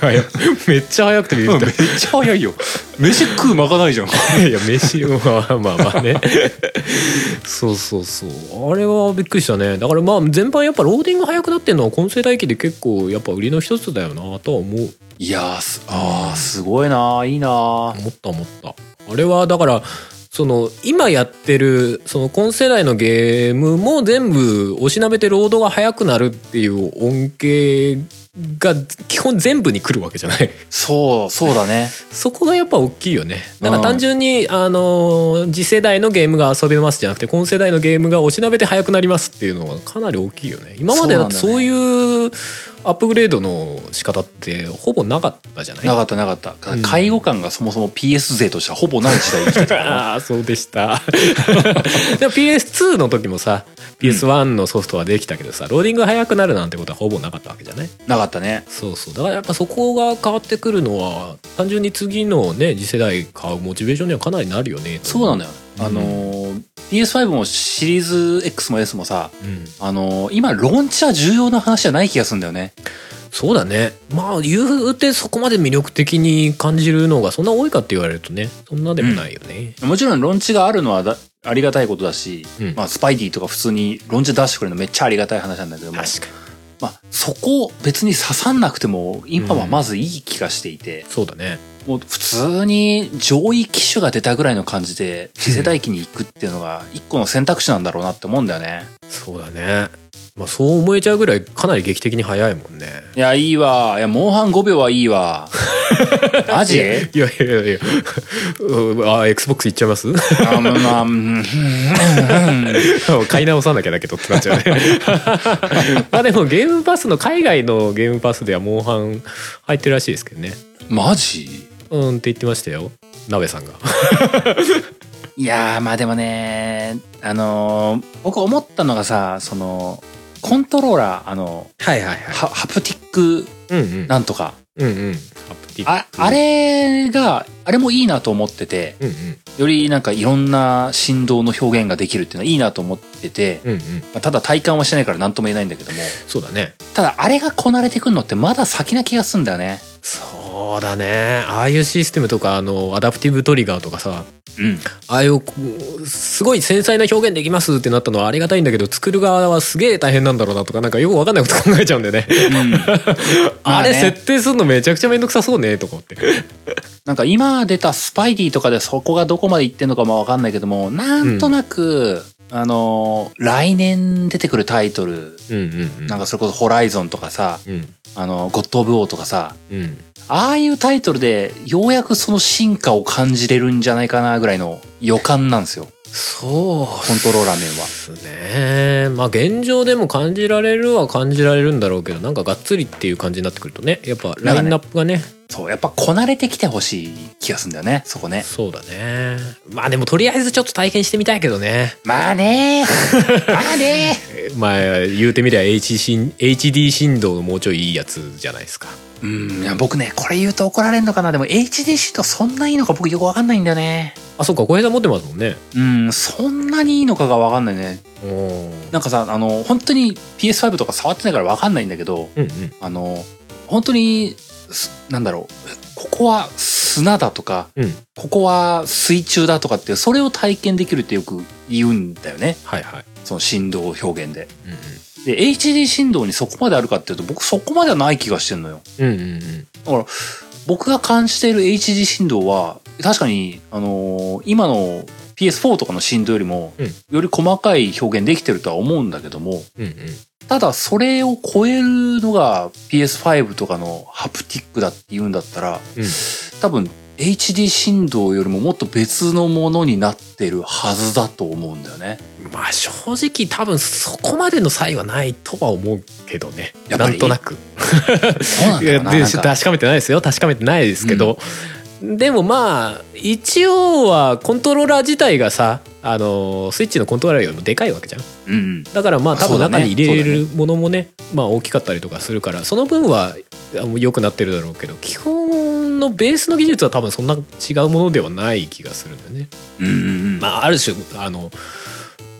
Speaker 2: 早い めっちゃ早くてびっくりした
Speaker 1: っちゃ早い よ飯食うまかないじゃん
Speaker 2: いや飯はまあまあねそうそうそうあれはびっくりしたねだからまあ全般やっぱローディング早くなってんのは今世代機で結構やっぱ売りの一つだよなとは思う
Speaker 1: いやーすあーすごいないいな
Speaker 2: 思った思ったあれはだからその今やってるその今世代のゲームも全部おしなべてロードが早くなるっていう恩恵が基本全部に来るわけじゃない
Speaker 1: そうそうだね
Speaker 2: そこがやっぱ大きいよね。だか
Speaker 1: うん
Speaker 2: ら単純に、あのー次世代のゲームが遊べますじゃなくて今世代のゲームがおしなべて速くなりますっていうのはかなり大きいよね。今までだって
Speaker 1: そう
Speaker 2: そ
Speaker 1: なんだ
Speaker 2: う
Speaker 1: ね
Speaker 2: いうアップグレードの仕方ってほぼなかったじゃない
Speaker 1: なかったなかった
Speaker 2: うん
Speaker 1: 介護官がそもそも PS 勢としてはほぼない時 代生きてたからな
Speaker 2: ああそうでしたでも PS2 の時もさ PS1 のソフトはできたけどさ、ローディングが速くなるなんてことはほぼなかったわけじゃない
Speaker 1: なかったね
Speaker 2: そうそうだからやっぱそこが変わってくるのは単純に次のね次世代買うモチベーションにはかなりなるよね
Speaker 1: そうなん
Speaker 2: だ、
Speaker 1: だよ、あのー PS5 もシリーズ X も S もさ
Speaker 2: うん、
Speaker 1: あのー今ローンチは重要な話じゃない気がするんだよね
Speaker 2: そうだねまあ言うてそこまで魅力的に感じるのがそんな多いかって言われるとねそんなでもないよね、
Speaker 1: もちろんローンチがあるのはだありがたいことだし、
Speaker 2: うん
Speaker 1: まあ、スパイディとか普通にローンチ出してくれるのめっちゃありがたい話なんだけども、
Speaker 2: 確かに
Speaker 1: まあ、そこを別に刺さんなくても今はまずいい気がしていて、
Speaker 2: そうだね
Speaker 1: もう普通に上位機種が出たぐらいの感じで次世代機に行くっていうのが一個の選択肢なんだろうなって思うんだよね。
Speaker 2: そうだねまあそう思えちゃうぐらいかなり劇的に早いもんね
Speaker 1: いや、いいわ。いや、モンハン5秒はいいわ。マジ
Speaker 2: いやいやいやいや うんあ XBOX いっちゃいます
Speaker 1: あまあまあ、うん
Speaker 2: 買い直さなきゃだけどってなっちゃうね まあでもゲームパスの海外のゲームパスではモンハン入ってるらしいですけどね
Speaker 1: マジ
Speaker 2: うんって言ってましたよ鍋さんが
Speaker 1: いやーまあでもねあのー僕思ったのがさそのコントローラーあの
Speaker 2: はいはいはい
Speaker 1: ハハプティック
Speaker 2: うんうん
Speaker 1: なんとか
Speaker 2: うんうんハプティック
Speaker 1: ああれがあれもいいなと思ってて
Speaker 2: うんうん
Speaker 1: よりなんかいろんな振動の表現ができるっていうのはいいなと思ってて、
Speaker 2: うんうん
Speaker 1: まあただ体感はしてないから何とも言えないんだけども
Speaker 2: そうだね
Speaker 1: ただあれがこなれてくるのってまだ先な気がすんだよね
Speaker 2: そうだねああいうシステムとかあのアダプティブトリガーとかさ
Speaker 1: うん
Speaker 2: ああいうこうすごい繊細な表現できますってなったのはありがたいんだけど作る側はすげえ大変なんだろうなとかなんかよくわかんないこと考えちゃうんだよね
Speaker 1: まあ
Speaker 2: あ
Speaker 1: ね
Speaker 2: れ設定するのめちゃくちゃめんどくさそうねとか思って
Speaker 1: なんか今出たスパイディとかでそこがどこまで行ってんのかもわかんないけども、なんとなく、あのー、来年出てくるタイトル、
Speaker 2: うんうんうん
Speaker 1: なんかそれこそホライゾンとかさ、
Speaker 2: うん
Speaker 1: あの、ゴッド・オブ・オーとかさ、
Speaker 2: うん
Speaker 1: ああいうタイトルでようやくその進化を感じれるんじゃないかなぐらいの予感なんですよ。
Speaker 2: そう
Speaker 1: コントローラー面は
Speaker 2: ですねまあ現状でも感じられるは感じられるんだろうけどなんかがっつりっていう感じになってくるとねやっぱラインナップがね
Speaker 1: そうやっぱこなれてきてほしい気がするんだよねそこね
Speaker 2: そうだねまあでもとりあえずちょっと体験してみたいけどね
Speaker 1: まあねまあね
Speaker 2: えまあ言うてみりゃ HC HD 振動のもうちょいいいやつじゃないですか
Speaker 1: うんいや僕ねこれ言うと怒られるのかなでも HDC とそんないいのか僕よくわかんないんだよね
Speaker 2: あそっか小平さん持ってますもんね
Speaker 1: うんそんなにいいのかがわかんないね
Speaker 2: おー
Speaker 1: なんかさあの本当に PS5 とか触ってないからわかんないんだけど
Speaker 2: うんうん
Speaker 1: あの本当にすなんだろうここは砂だとか
Speaker 2: うん
Speaker 1: ここは水中だとかってそれを体験できるってよく言うんだよね
Speaker 2: はいはい
Speaker 1: その振動表現で
Speaker 2: うんうん
Speaker 1: で HD 振動にそこまであるかっていうと僕そこまではない気がしてんのよ
Speaker 2: うんうんうん
Speaker 1: だから僕が感じている HD 振動は確かに、あのー今の PS4 とかの振動よりも、
Speaker 2: うん
Speaker 1: より細かい表現できてるとは思うんだけども
Speaker 2: うんうん
Speaker 1: ただそれを超えるのが PS5 とかのハプティックだって言うんだったら、
Speaker 2: うん
Speaker 1: 多分 HD 振動よりももっと別のものになってるはずだと思うんだよね。
Speaker 2: まあ正直多分そこまでの差異はないとは思うけどね
Speaker 1: やっぱ
Speaker 2: な
Speaker 1: り
Speaker 2: んとなく
Speaker 1: そうなん
Speaker 2: い
Speaker 1: だ
Speaker 2: や
Speaker 1: よな
Speaker 2: で
Speaker 1: なんか
Speaker 2: 確かめてないですよ確かめてないですけど、でもまあ一応はコントローラー自体がさあのスイッチのコントローラーよりもでかいわけじゃん
Speaker 1: うん
Speaker 2: だからまあ多
Speaker 1: そう
Speaker 2: 分
Speaker 1: だね
Speaker 2: 中に入れれるものもねまあ大きかったりとかするからその分はあの良くなってるだろうけど基本のベースの技術は多分そんな違うものではない気がするんだよね。
Speaker 1: うんうんうん
Speaker 2: まあ、ある種あの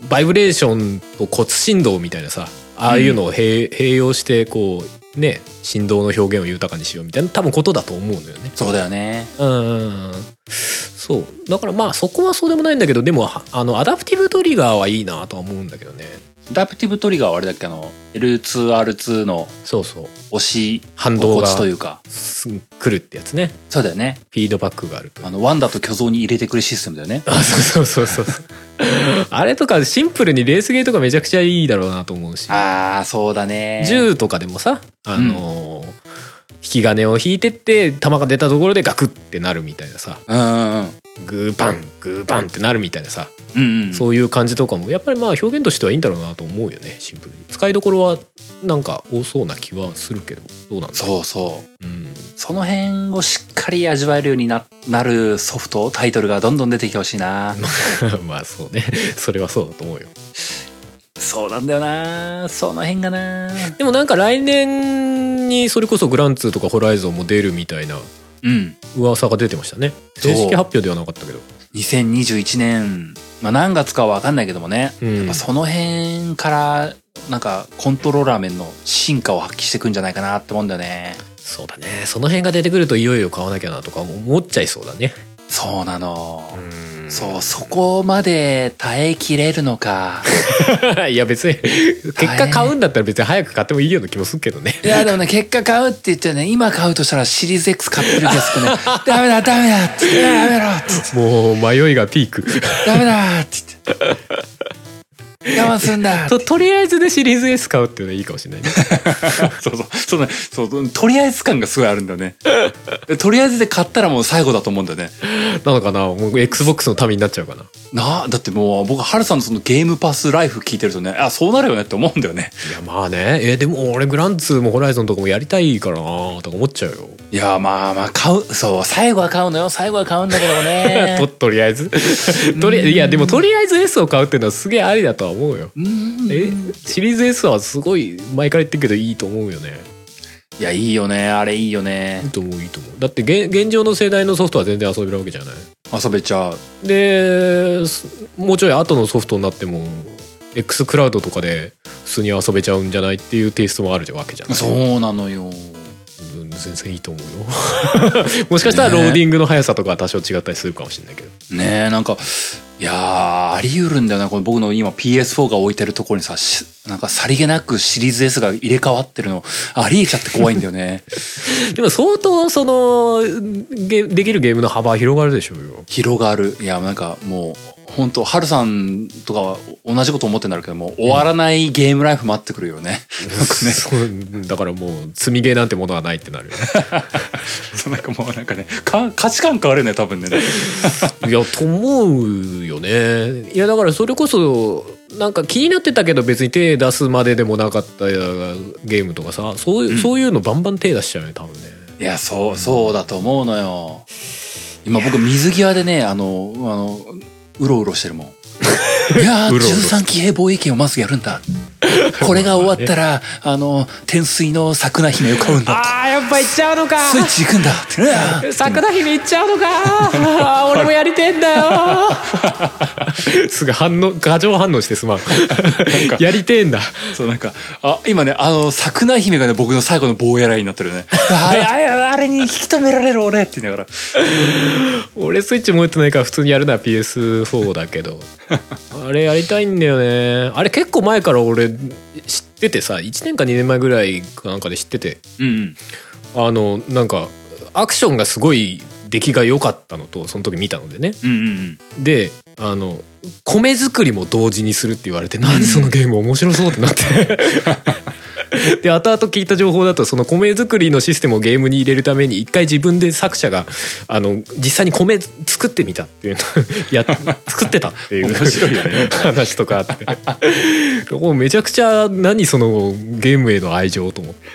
Speaker 2: バイブレーションと骨振動みたいなさああいうのを併,、併用してこうね振動の表現を豊かにしようみたいな多分ことだと思うのよね。
Speaker 1: そうだよね。
Speaker 2: うんそうだからまあそこはそうでもないんだけどでもあのアダプティブトリガーはいいなとは思うんだけどね
Speaker 1: ダプティブトリガーはあれだっけあの L2R2 の
Speaker 2: そうそう
Speaker 1: 押し
Speaker 2: 反動
Speaker 1: 心
Speaker 2: が
Speaker 1: 地というか
Speaker 2: す来るってやつね
Speaker 1: そうだよね
Speaker 2: フィードバックがあると
Speaker 1: あのワンダと巨像に入れてくるシステムだよね
Speaker 2: あそうそうそうそう あれとかシンプルにレースゲーとかめちゃくちゃいいだろうなと思うし
Speaker 1: ああそうだね
Speaker 2: 銃とかでもさ、あのー引き金を引いてって弾が出たところでガクってなるみたいなさ
Speaker 1: うんうんうん
Speaker 2: グーパングーパンってなるみたいなさ、
Speaker 1: うんうん
Speaker 2: そういう感じとかもやっぱりまあ表現としてはいいんだろうなと思うよねシンプルに使いどころはなんか多そうな気はするけどどうなんだろ
Speaker 1: そうそう
Speaker 2: う、うん、
Speaker 1: その辺をしっかり味わえるようにななるソフトタイトルがどんどん出てきてほしいな
Speaker 2: まあそうねそれはそうだと思うよ
Speaker 1: そうなんだよなその辺がな
Speaker 2: でもなんか来年にそれこそグランツーとかホライゾンも出るみたいな
Speaker 1: うん
Speaker 2: 噂が出てましたね
Speaker 1: そう
Speaker 2: 正式発表ではなかったけど
Speaker 1: 2021年、まあ、何月かは分かんないけどもね、
Speaker 2: うん
Speaker 1: やっぱその辺からなんかコントローラー面の進化を発揮していくんじゃないかなって思うんだよね
Speaker 2: そうだねその辺が出てくるといよいよ買わなきゃなとか思っちゃいそうだね
Speaker 1: そうなの、
Speaker 2: ん
Speaker 1: そう、そこまで耐えきれるの か。
Speaker 2: う い や別に結果買うんだったら別に早く買ってもいいような気もするけどね
Speaker 1: いや、でもね、結果買うって言ってね、今買うとしたらシリーズ X 買ってるんですけどね、 ダメだ、ダメだっつって、やめろっつって、
Speaker 2: もう迷いがピ ーク
Speaker 1: ダメだっつって。我慢すん だ
Speaker 2: ととりあえずでシリーズ S 買うっていうのはいいかもしれないね
Speaker 1: そうそう、その、そう、とりあえず感がすごいあるんだよね。とりあえずで買ったらもう最後だと思うんだよね。
Speaker 2: なのかなもう XBOX の民になっちゃうかな
Speaker 1: そうなあ、だってもう僕、ハルさんのそのゲームパスライフ聞いてるとね、あ、そうなるよねって思うんだよね。
Speaker 2: いやまあねえでも俺グランツーもホライゾンとかもやりたいからなとか思っちゃうよ
Speaker 1: いや、まあまあ、買う、そう、最後は買うのよ、最後は買うんだけど ね
Speaker 2: と。とりあえずとりあえずいやでもとりあえず S を買うっていうのはすげえありだとは思うよ
Speaker 1: うーん
Speaker 2: えシリーズ S はすごい前から言ってるけどいいと思うよね
Speaker 1: いや、いいよね。あれいいよ
Speaker 2: い
Speaker 1: ね
Speaker 2: い。と思ういいと思うだって現現状の世代のソフトは全然遊べるわけじゃない
Speaker 1: 遊べちゃう。
Speaker 2: ですもうちょい後のソフトになっても X クラウドとかで普通に遊べちゃうんじゃないっていうテイストもあるわけじゃない
Speaker 1: そうなのよ。
Speaker 2: うん全然いいと思うよ もしかしたらローディングの速さとかは多少違ったりするかもしれないけど、
Speaker 1: ねえ、なんか、いやー、あり得るんだよな。この僕の今 PS4 が置いてるところにさ、しなんかさりげなくシリーズ S が入れ替わってるのありえちゃって怖いんだよ ね
Speaker 2: でも相当そのゲできるゲームの幅は広がるでしょうよ
Speaker 1: 広がるいやなんかもう本当ハルさんとかは同じこと思ってんだろうけどもう終わらないゲームライフ待ってくるよね、
Speaker 2: そうだからもう積みゲーなんてものはないって なるよ
Speaker 1: そうなんかもうなんかねか価値観変わるよね多分ね
Speaker 2: いやと思うよねいやだからそれこそなんか気になってたけど別に手出すまででもなかったゲームとかさそういう,、そういうのバンバン手出しちゃうね多分ね
Speaker 1: いやそうそうだと思うのよ今僕水際でねあのあのうろうろしてる もんいやー
Speaker 2: うろうろ
Speaker 1: 13騎兵防衛権をまずやるんだこれが終わった らあの天水の桜姫を買うんだ
Speaker 2: あーやっぱ行っちゃうのか
Speaker 1: スイッチ行 くんだってうわー
Speaker 2: 桜姫行っちゃうのかあー俺もやりてえんだよ すぐ反応過剰反応してすまんやりてえんだ
Speaker 1: そうなんかあ今ねあの桜姫がね僕の最後の坊やラインになってるよねああ ああれに引き止められる俺って言いながら
Speaker 2: 俺スイッチ持ってないから普通にやるのは PS4 だけどあれやりたいんだよねあれ結構前から俺知っててさ1年か2年前ぐらいかなんかで知ってて
Speaker 1: うんうん
Speaker 2: あのなんかアクションがすごい出来が良かったのとその時見たのでね
Speaker 1: うんうんうん
Speaker 2: であの米作りも同時にするって言われて何そのゲーム面白そうってなって で後々聞いた情報だとその米作りのシステムをゲームに入れるために一回自分で作者があの実際に米作ってみたっていうの や作ってたっていう
Speaker 1: 面白いよね
Speaker 2: 話とかあってもうめちゃくちゃ何そのゲームへの愛情と思って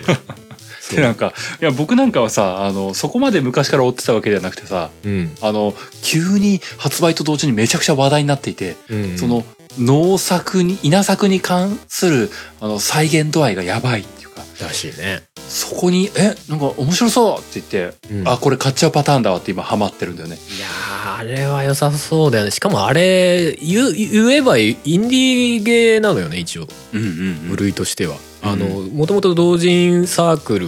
Speaker 2: そう
Speaker 1: でなんかいや僕なんかはさあのそこまで昔から追ってたわけじゃなくてさ
Speaker 2: うん、
Speaker 1: あの急に発売と同時にめちゃくちゃ話題になっていて、
Speaker 2: うん、
Speaker 1: その農作に稲作に関するあの再現度合いがやばいっていうから
Speaker 2: しいね、
Speaker 1: そこに「えなんか面白そう!」って言って「
Speaker 2: うん
Speaker 1: あこれ買っちゃうパターンだわ」って今ハマってるんだよね。
Speaker 2: いやーあれは良さそうだよねしかもあれ言う言えばインディーゲーなのよね一応
Speaker 1: うんうん
Speaker 2: 部類としては、
Speaker 1: うん
Speaker 2: あのもともと同人サークル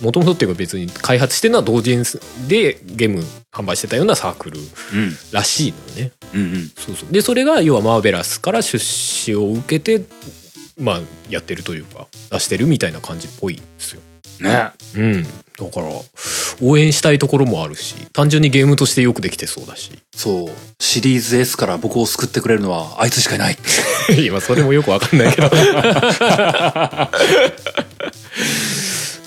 Speaker 2: もともとっていうか別に開発してるのは同人でゲーム販売してたようなサークル
Speaker 1: うん
Speaker 2: らしいのよね
Speaker 1: うんうん
Speaker 2: そうそうでそれが要はマーベラスから出資を受けてまあやってるというか出してるみたいな感じっぽいですよ
Speaker 1: ね
Speaker 2: うんだから応援したいところもあるし単純にゲームとしてよくできてそうだし
Speaker 1: そうシリーズ S から僕を救ってくれるのはあいつしかいない
Speaker 2: 今それもよくわかんないけど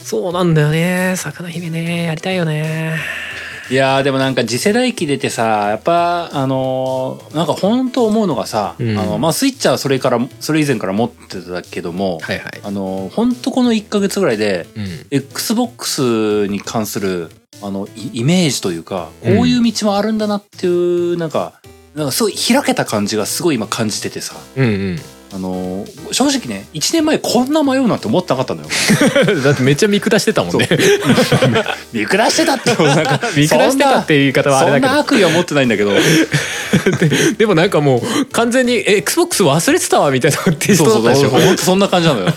Speaker 2: そうなんだよね魚姫ねやりたいよね
Speaker 1: いやーでもなんか次世代機出てさやっぱあのーなんか本当思うのがさ、
Speaker 2: うん
Speaker 1: あのまあ、スイッチはそれからそれ以前から持ってたけども、
Speaker 2: はいはい
Speaker 1: あのー本当この1ヶ月ぐらいで
Speaker 2: うん
Speaker 1: XBOX に関するあのイイメージというかこういう道もあるんだなっていう、なんかなんかすごい開けた感じがすごい今感じててさ
Speaker 2: うん
Speaker 1: あのー正直ね1年前こんな迷うなんて思ってなかったのよ
Speaker 2: うんだってめっちゃ見下してたもんね
Speaker 1: 見下してた ってもなんか
Speaker 2: 見下してたっていう言い方はあ
Speaker 1: そ
Speaker 2: れ
Speaker 1: んな
Speaker 2: だ
Speaker 1: 悪意は持ってないんだ けど
Speaker 2: けどでもなんかもう完全にえ XBOX 忘れてたわみたいなテイス
Speaker 1: そうそ
Speaker 2: ト
Speaker 1: う
Speaker 2: だった
Speaker 1: そう
Speaker 2: でしょ
Speaker 1: 本当そんな感じなのよ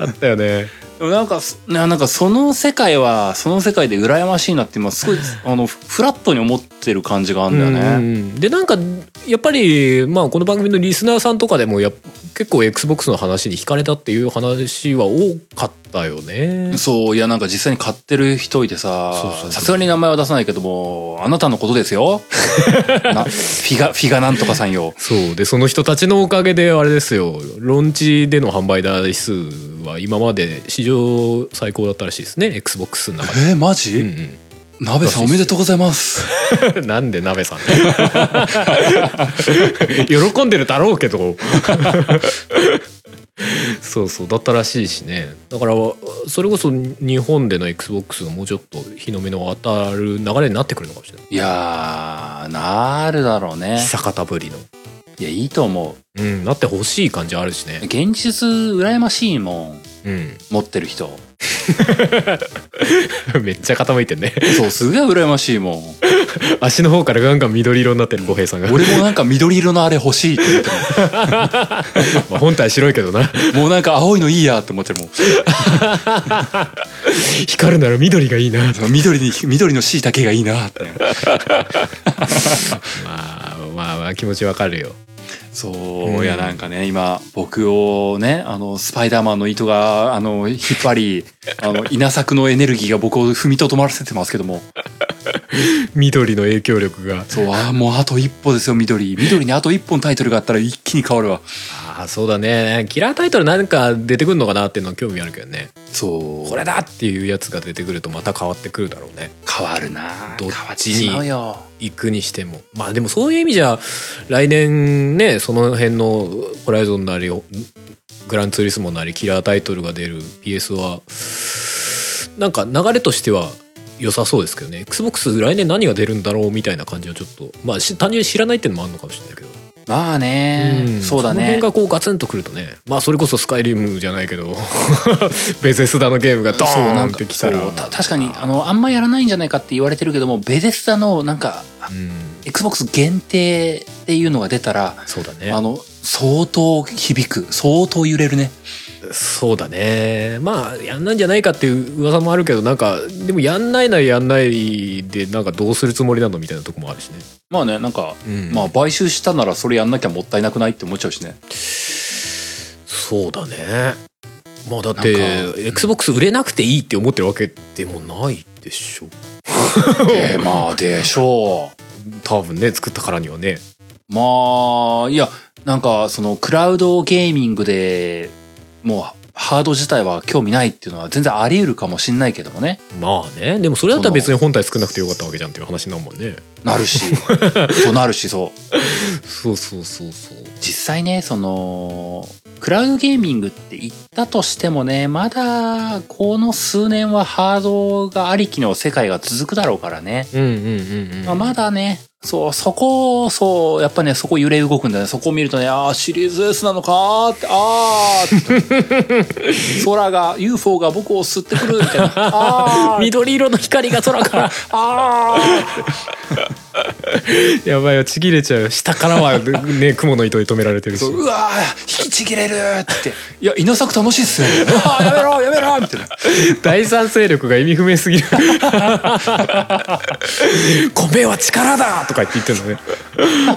Speaker 2: あったよね
Speaker 1: でもなんかそななんかその世界はその世界で羨ましいなって今すごいあのフフラットに思ってる感じがあるんだよ
Speaker 2: う
Speaker 1: ね
Speaker 2: んうんでなんかやっぱり、まあ、この番組のリスナーさんとかでもやっ結構 XBOX の話に惹かれたっていう話は多かったよね。
Speaker 1: そういやなんか実際に買ってる人いて
Speaker 2: そう
Speaker 1: さ
Speaker 2: そうそう
Speaker 1: さすがに名前は出さないけどもあなたのことです よなフィガフィガなんとかさんよ
Speaker 2: そうでその人たちのおかげであれですよローンチでの販売台数は今まで史上最高だったらしいですね XBOX の中で。
Speaker 1: えー、マジ、
Speaker 2: うん
Speaker 1: 鍋さんおめでとうございます
Speaker 2: うん、 なんで鍋さん喜んでるだろうけ どそうそうだったらしいしねだからそれこそ日本での XBOX がもうちょっと日の目の当たる流れになってくるのかもしれない
Speaker 1: いやーなるだろうね
Speaker 2: 久方ぶりの
Speaker 1: いやいいと思う
Speaker 2: うんなってほしい感じあるしね
Speaker 1: 現実羨ましいもん
Speaker 2: う
Speaker 1: 持ってる人
Speaker 2: んめっちゃ傾いてんね
Speaker 1: そうすげえ羨ましいもん
Speaker 2: 足の方からガンガン緑色になってる浩平さんが
Speaker 1: 俺もなんか緑色のあれ欲しいって思って
Speaker 2: まあ本体白いけど な
Speaker 1: るもうなんか青いのいいやって思ってるもん
Speaker 2: 光るなら緑がいいな
Speaker 1: その緑に緑の椎茸がいいなって
Speaker 2: まあまあまあ気持ちわかるよ
Speaker 1: そう、
Speaker 2: うん
Speaker 1: いやなんかね今僕をねあのスパイダーマンの糸があの引っ張 りあの稲作のエネルギーが僕を踏みとどまらせてますけども
Speaker 2: 緑の影響力が
Speaker 1: そうあーもうあと一歩ですよ緑緑にあと一本タイトルがあったら一気に変わるわ
Speaker 2: ああそうだねキラータイトルなんか出てくるのかなっていうのは興味あるけどね
Speaker 1: そう
Speaker 2: これだっていうやつが出てくるとまた変わってくるだろうね
Speaker 1: 変わるな
Speaker 2: どっち
Speaker 1: 変わってしまうよ
Speaker 2: 行くにしてもまあでもそういう意味じゃ来年ねその辺のホライゾンなりグランツーリスモなりキラータイトルが出る PS はなんか流れとしては良さそうですけどね XBOX 来年何が出るんだろうみたいな感じはちょっとまあし単純に知らないっていうのもあるのかもしれないけど
Speaker 1: まあね、
Speaker 2: ん
Speaker 1: そうだ
Speaker 2: その
Speaker 1: ね
Speaker 2: 辺がこうガツンとくるとねまあそれこそスカイリムじゃないけど ベゼスダのゲームがド
Speaker 1: そう
Speaker 2: ー
Speaker 1: なん
Speaker 2: ンっ
Speaker 1: か
Speaker 2: てきたら
Speaker 1: そうた確かにあのあんまやらないんじゃないかって言われてるけどもベゼスタのなんか
Speaker 2: うん
Speaker 1: XBOX 限定っていうのが出たら
Speaker 2: そうだね
Speaker 1: あの相当響く相当揺れるね
Speaker 2: そうだねまあやんないんじゃないかっていう噂もあるけどなんかでもやんないならやんないでなんかどうするつもりなのみたいなとこもあるしね、
Speaker 1: まあねなんか、
Speaker 2: うん
Speaker 1: まあ買収したならそれやんなきゃもったいなくないって思っちゃうしね
Speaker 2: そうだねまあだって
Speaker 1: なんか
Speaker 2: XBOX 売れなくていいって思ってるわけでもないでしょ
Speaker 1: えーまあでしょ
Speaker 2: 多分ね作ったからにはね
Speaker 1: うまあいやなんかそのクラウドゲーミングでもうハード自体は興味ないっていうのは全然あり得るかもしんないけどもね
Speaker 2: まあねでもそれだったら別に本体作んなくてよかったわけじゃんっていう話になるもんね
Speaker 1: なる しそうなるしそう
Speaker 2: そうそうそうそう
Speaker 1: 実際ねそのクラウドゲーミングって言ったとしてもねまだこの数年はハードがありきの世界が続くだろうからね、
Speaker 2: うんうんうんうん
Speaker 1: まあ、まだねそうそこをそうやっぱねそこ揺れ動くんだよねそこを見るとねああシリーズ S なのかーってあー って空が UFO が僕を吸ってくるみたいなあー
Speaker 2: 緑色の光が空から
Speaker 1: あ
Speaker 2: やばいよちぎれちゃうよ下からはね雲の糸で止められて
Speaker 1: ー
Speaker 2: るし
Speaker 1: うわー引きちぎれるっていや稲作楽しいっ すねあーやめろやめろみたいな
Speaker 2: 第三勢力が意味不明すぎる米は力だとか言って言ってんのね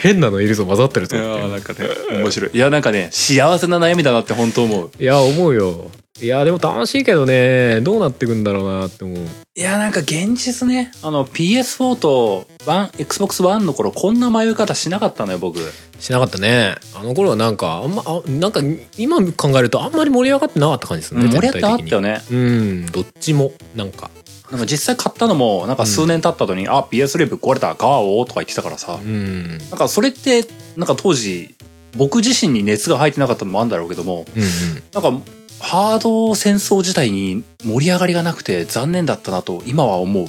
Speaker 2: 変なのいるぞ混ざってる
Speaker 1: い
Speaker 2: と
Speaker 1: や
Speaker 2: 思って
Speaker 1: ーなんかね、面白い。いや、なんかね、幸せな悩みだなって本当思う。
Speaker 2: いや思うよいやでも楽しいけどねどうなってくんだろうなって思う
Speaker 1: いや、なんか現実ね、あの PS4 と 1- Xbox One の頃、こんな迷い方しなかったのよ、僕。
Speaker 2: しなかったねあの頃はなんかあんまあなんか今考えるとあんまり盛り上がってなかった感じでするね
Speaker 1: 盛り上がってなかったよ
Speaker 2: ね
Speaker 1: ね。
Speaker 2: うんどっちもなんか
Speaker 1: なんか実際買ったのも、なんか数年経った後に、あ、PS レブ壊れた、買おうとか言ってたからさ。
Speaker 2: うん
Speaker 1: なんかそれって、なんか当時、僕自身に熱が入ってなかったのもあるんだろうけども、
Speaker 2: うんうん
Speaker 1: なんか、ハード戦争自体に盛り上がりがなくて残念だったなと今は思う。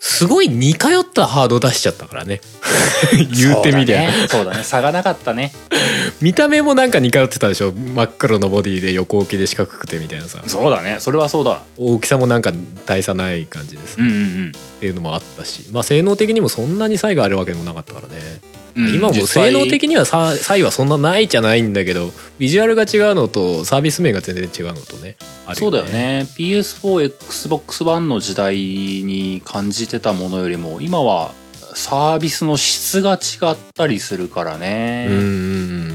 Speaker 2: すごい似通ったハード出しちゃったからね 言うてみりゃ、
Speaker 1: そうだね。そうだね。差がなかったね。
Speaker 2: 見た目もなんか似通ってたでしょ真っ黒のボディで横置きで四角くてみたいなさ
Speaker 1: そうだね。それはそうだ。
Speaker 2: 大きさもなんか大差ない感じです、
Speaker 1: うんうん
Speaker 2: っていうのもあったしまあ性能的にもそんなに差異があるわけでもなかったからね、
Speaker 1: うん。
Speaker 2: 今も
Speaker 1: 実
Speaker 2: 性
Speaker 1: 際
Speaker 2: 能的には差差異はそんなないじゃないんだけどビジュアルが違うのとサービス名が全然違うのとねある
Speaker 1: そうだよね。PS4、Xbox One の時代に感じてたものよりも、今はサービスの質が違ったりするからね。
Speaker 2: うんうんうん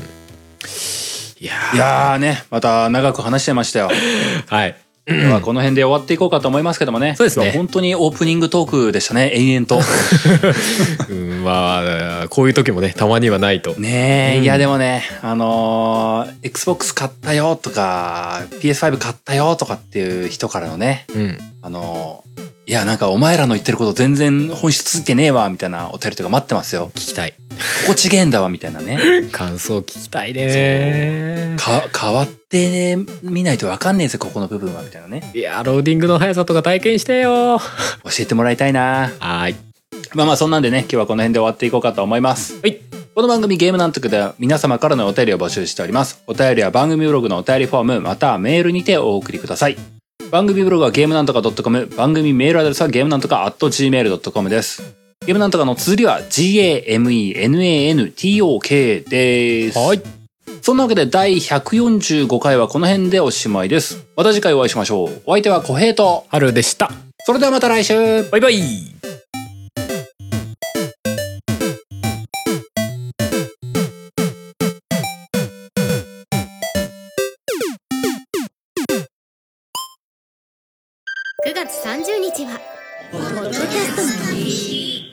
Speaker 2: いやー
Speaker 1: いやーね、また長く話してましたよ。
Speaker 2: はい
Speaker 1: ではこの辺で終わっていこうかと思いますけどもね。
Speaker 2: そうですね
Speaker 1: 今日は本当にオープニングトークでしたね、延々と。
Speaker 2: うんまあこういう時もねたまにはないと
Speaker 1: ねえ、
Speaker 2: うん
Speaker 1: いやでもね、あのー Xbox 買ったよとか、PS5 買ったよとかっていう人からのね、
Speaker 2: うん
Speaker 1: あの、いや、なんかお前らの言ってること全然本質ついてねえわ、みたいなお便りとか待ってますよ
Speaker 2: 聞。きたい
Speaker 1: ここちげえんだわ、みたいなね。
Speaker 2: 感想聞きたいね
Speaker 1: か、変わってみないとわかんねえぜ、ここの部分は、みたいなね。
Speaker 2: いやローディングの速さとか体験してよは
Speaker 1: 教えてもらいたいな。
Speaker 2: ーい
Speaker 1: まあまあそんなんでね、今日はこの辺で終わっていこうかと思います。
Speaker 2: はい
Speaker 1: この番組ゲームなんとくでは皆様からのお便りを募集しております。お便りは番組ブログのお便りフォームまたはメールにてお送りください。番組ブログはゲームなんとか .com、番組メールアドレスはゲームなんとか .gmail.com です。ゲームなんとかの綴りは gamenantok です。
Speaker 2: はい。
Speaker 1: そんなわけで第145回はこの辺でおしまいです。また次回お会いしましょう。お相手は小平と、
Speaker 2: 春でした
Speaker 1: それではまた来週
Speaker 2: バイバイ
Speaker 3: 9月30日は、ポッドキャストの日。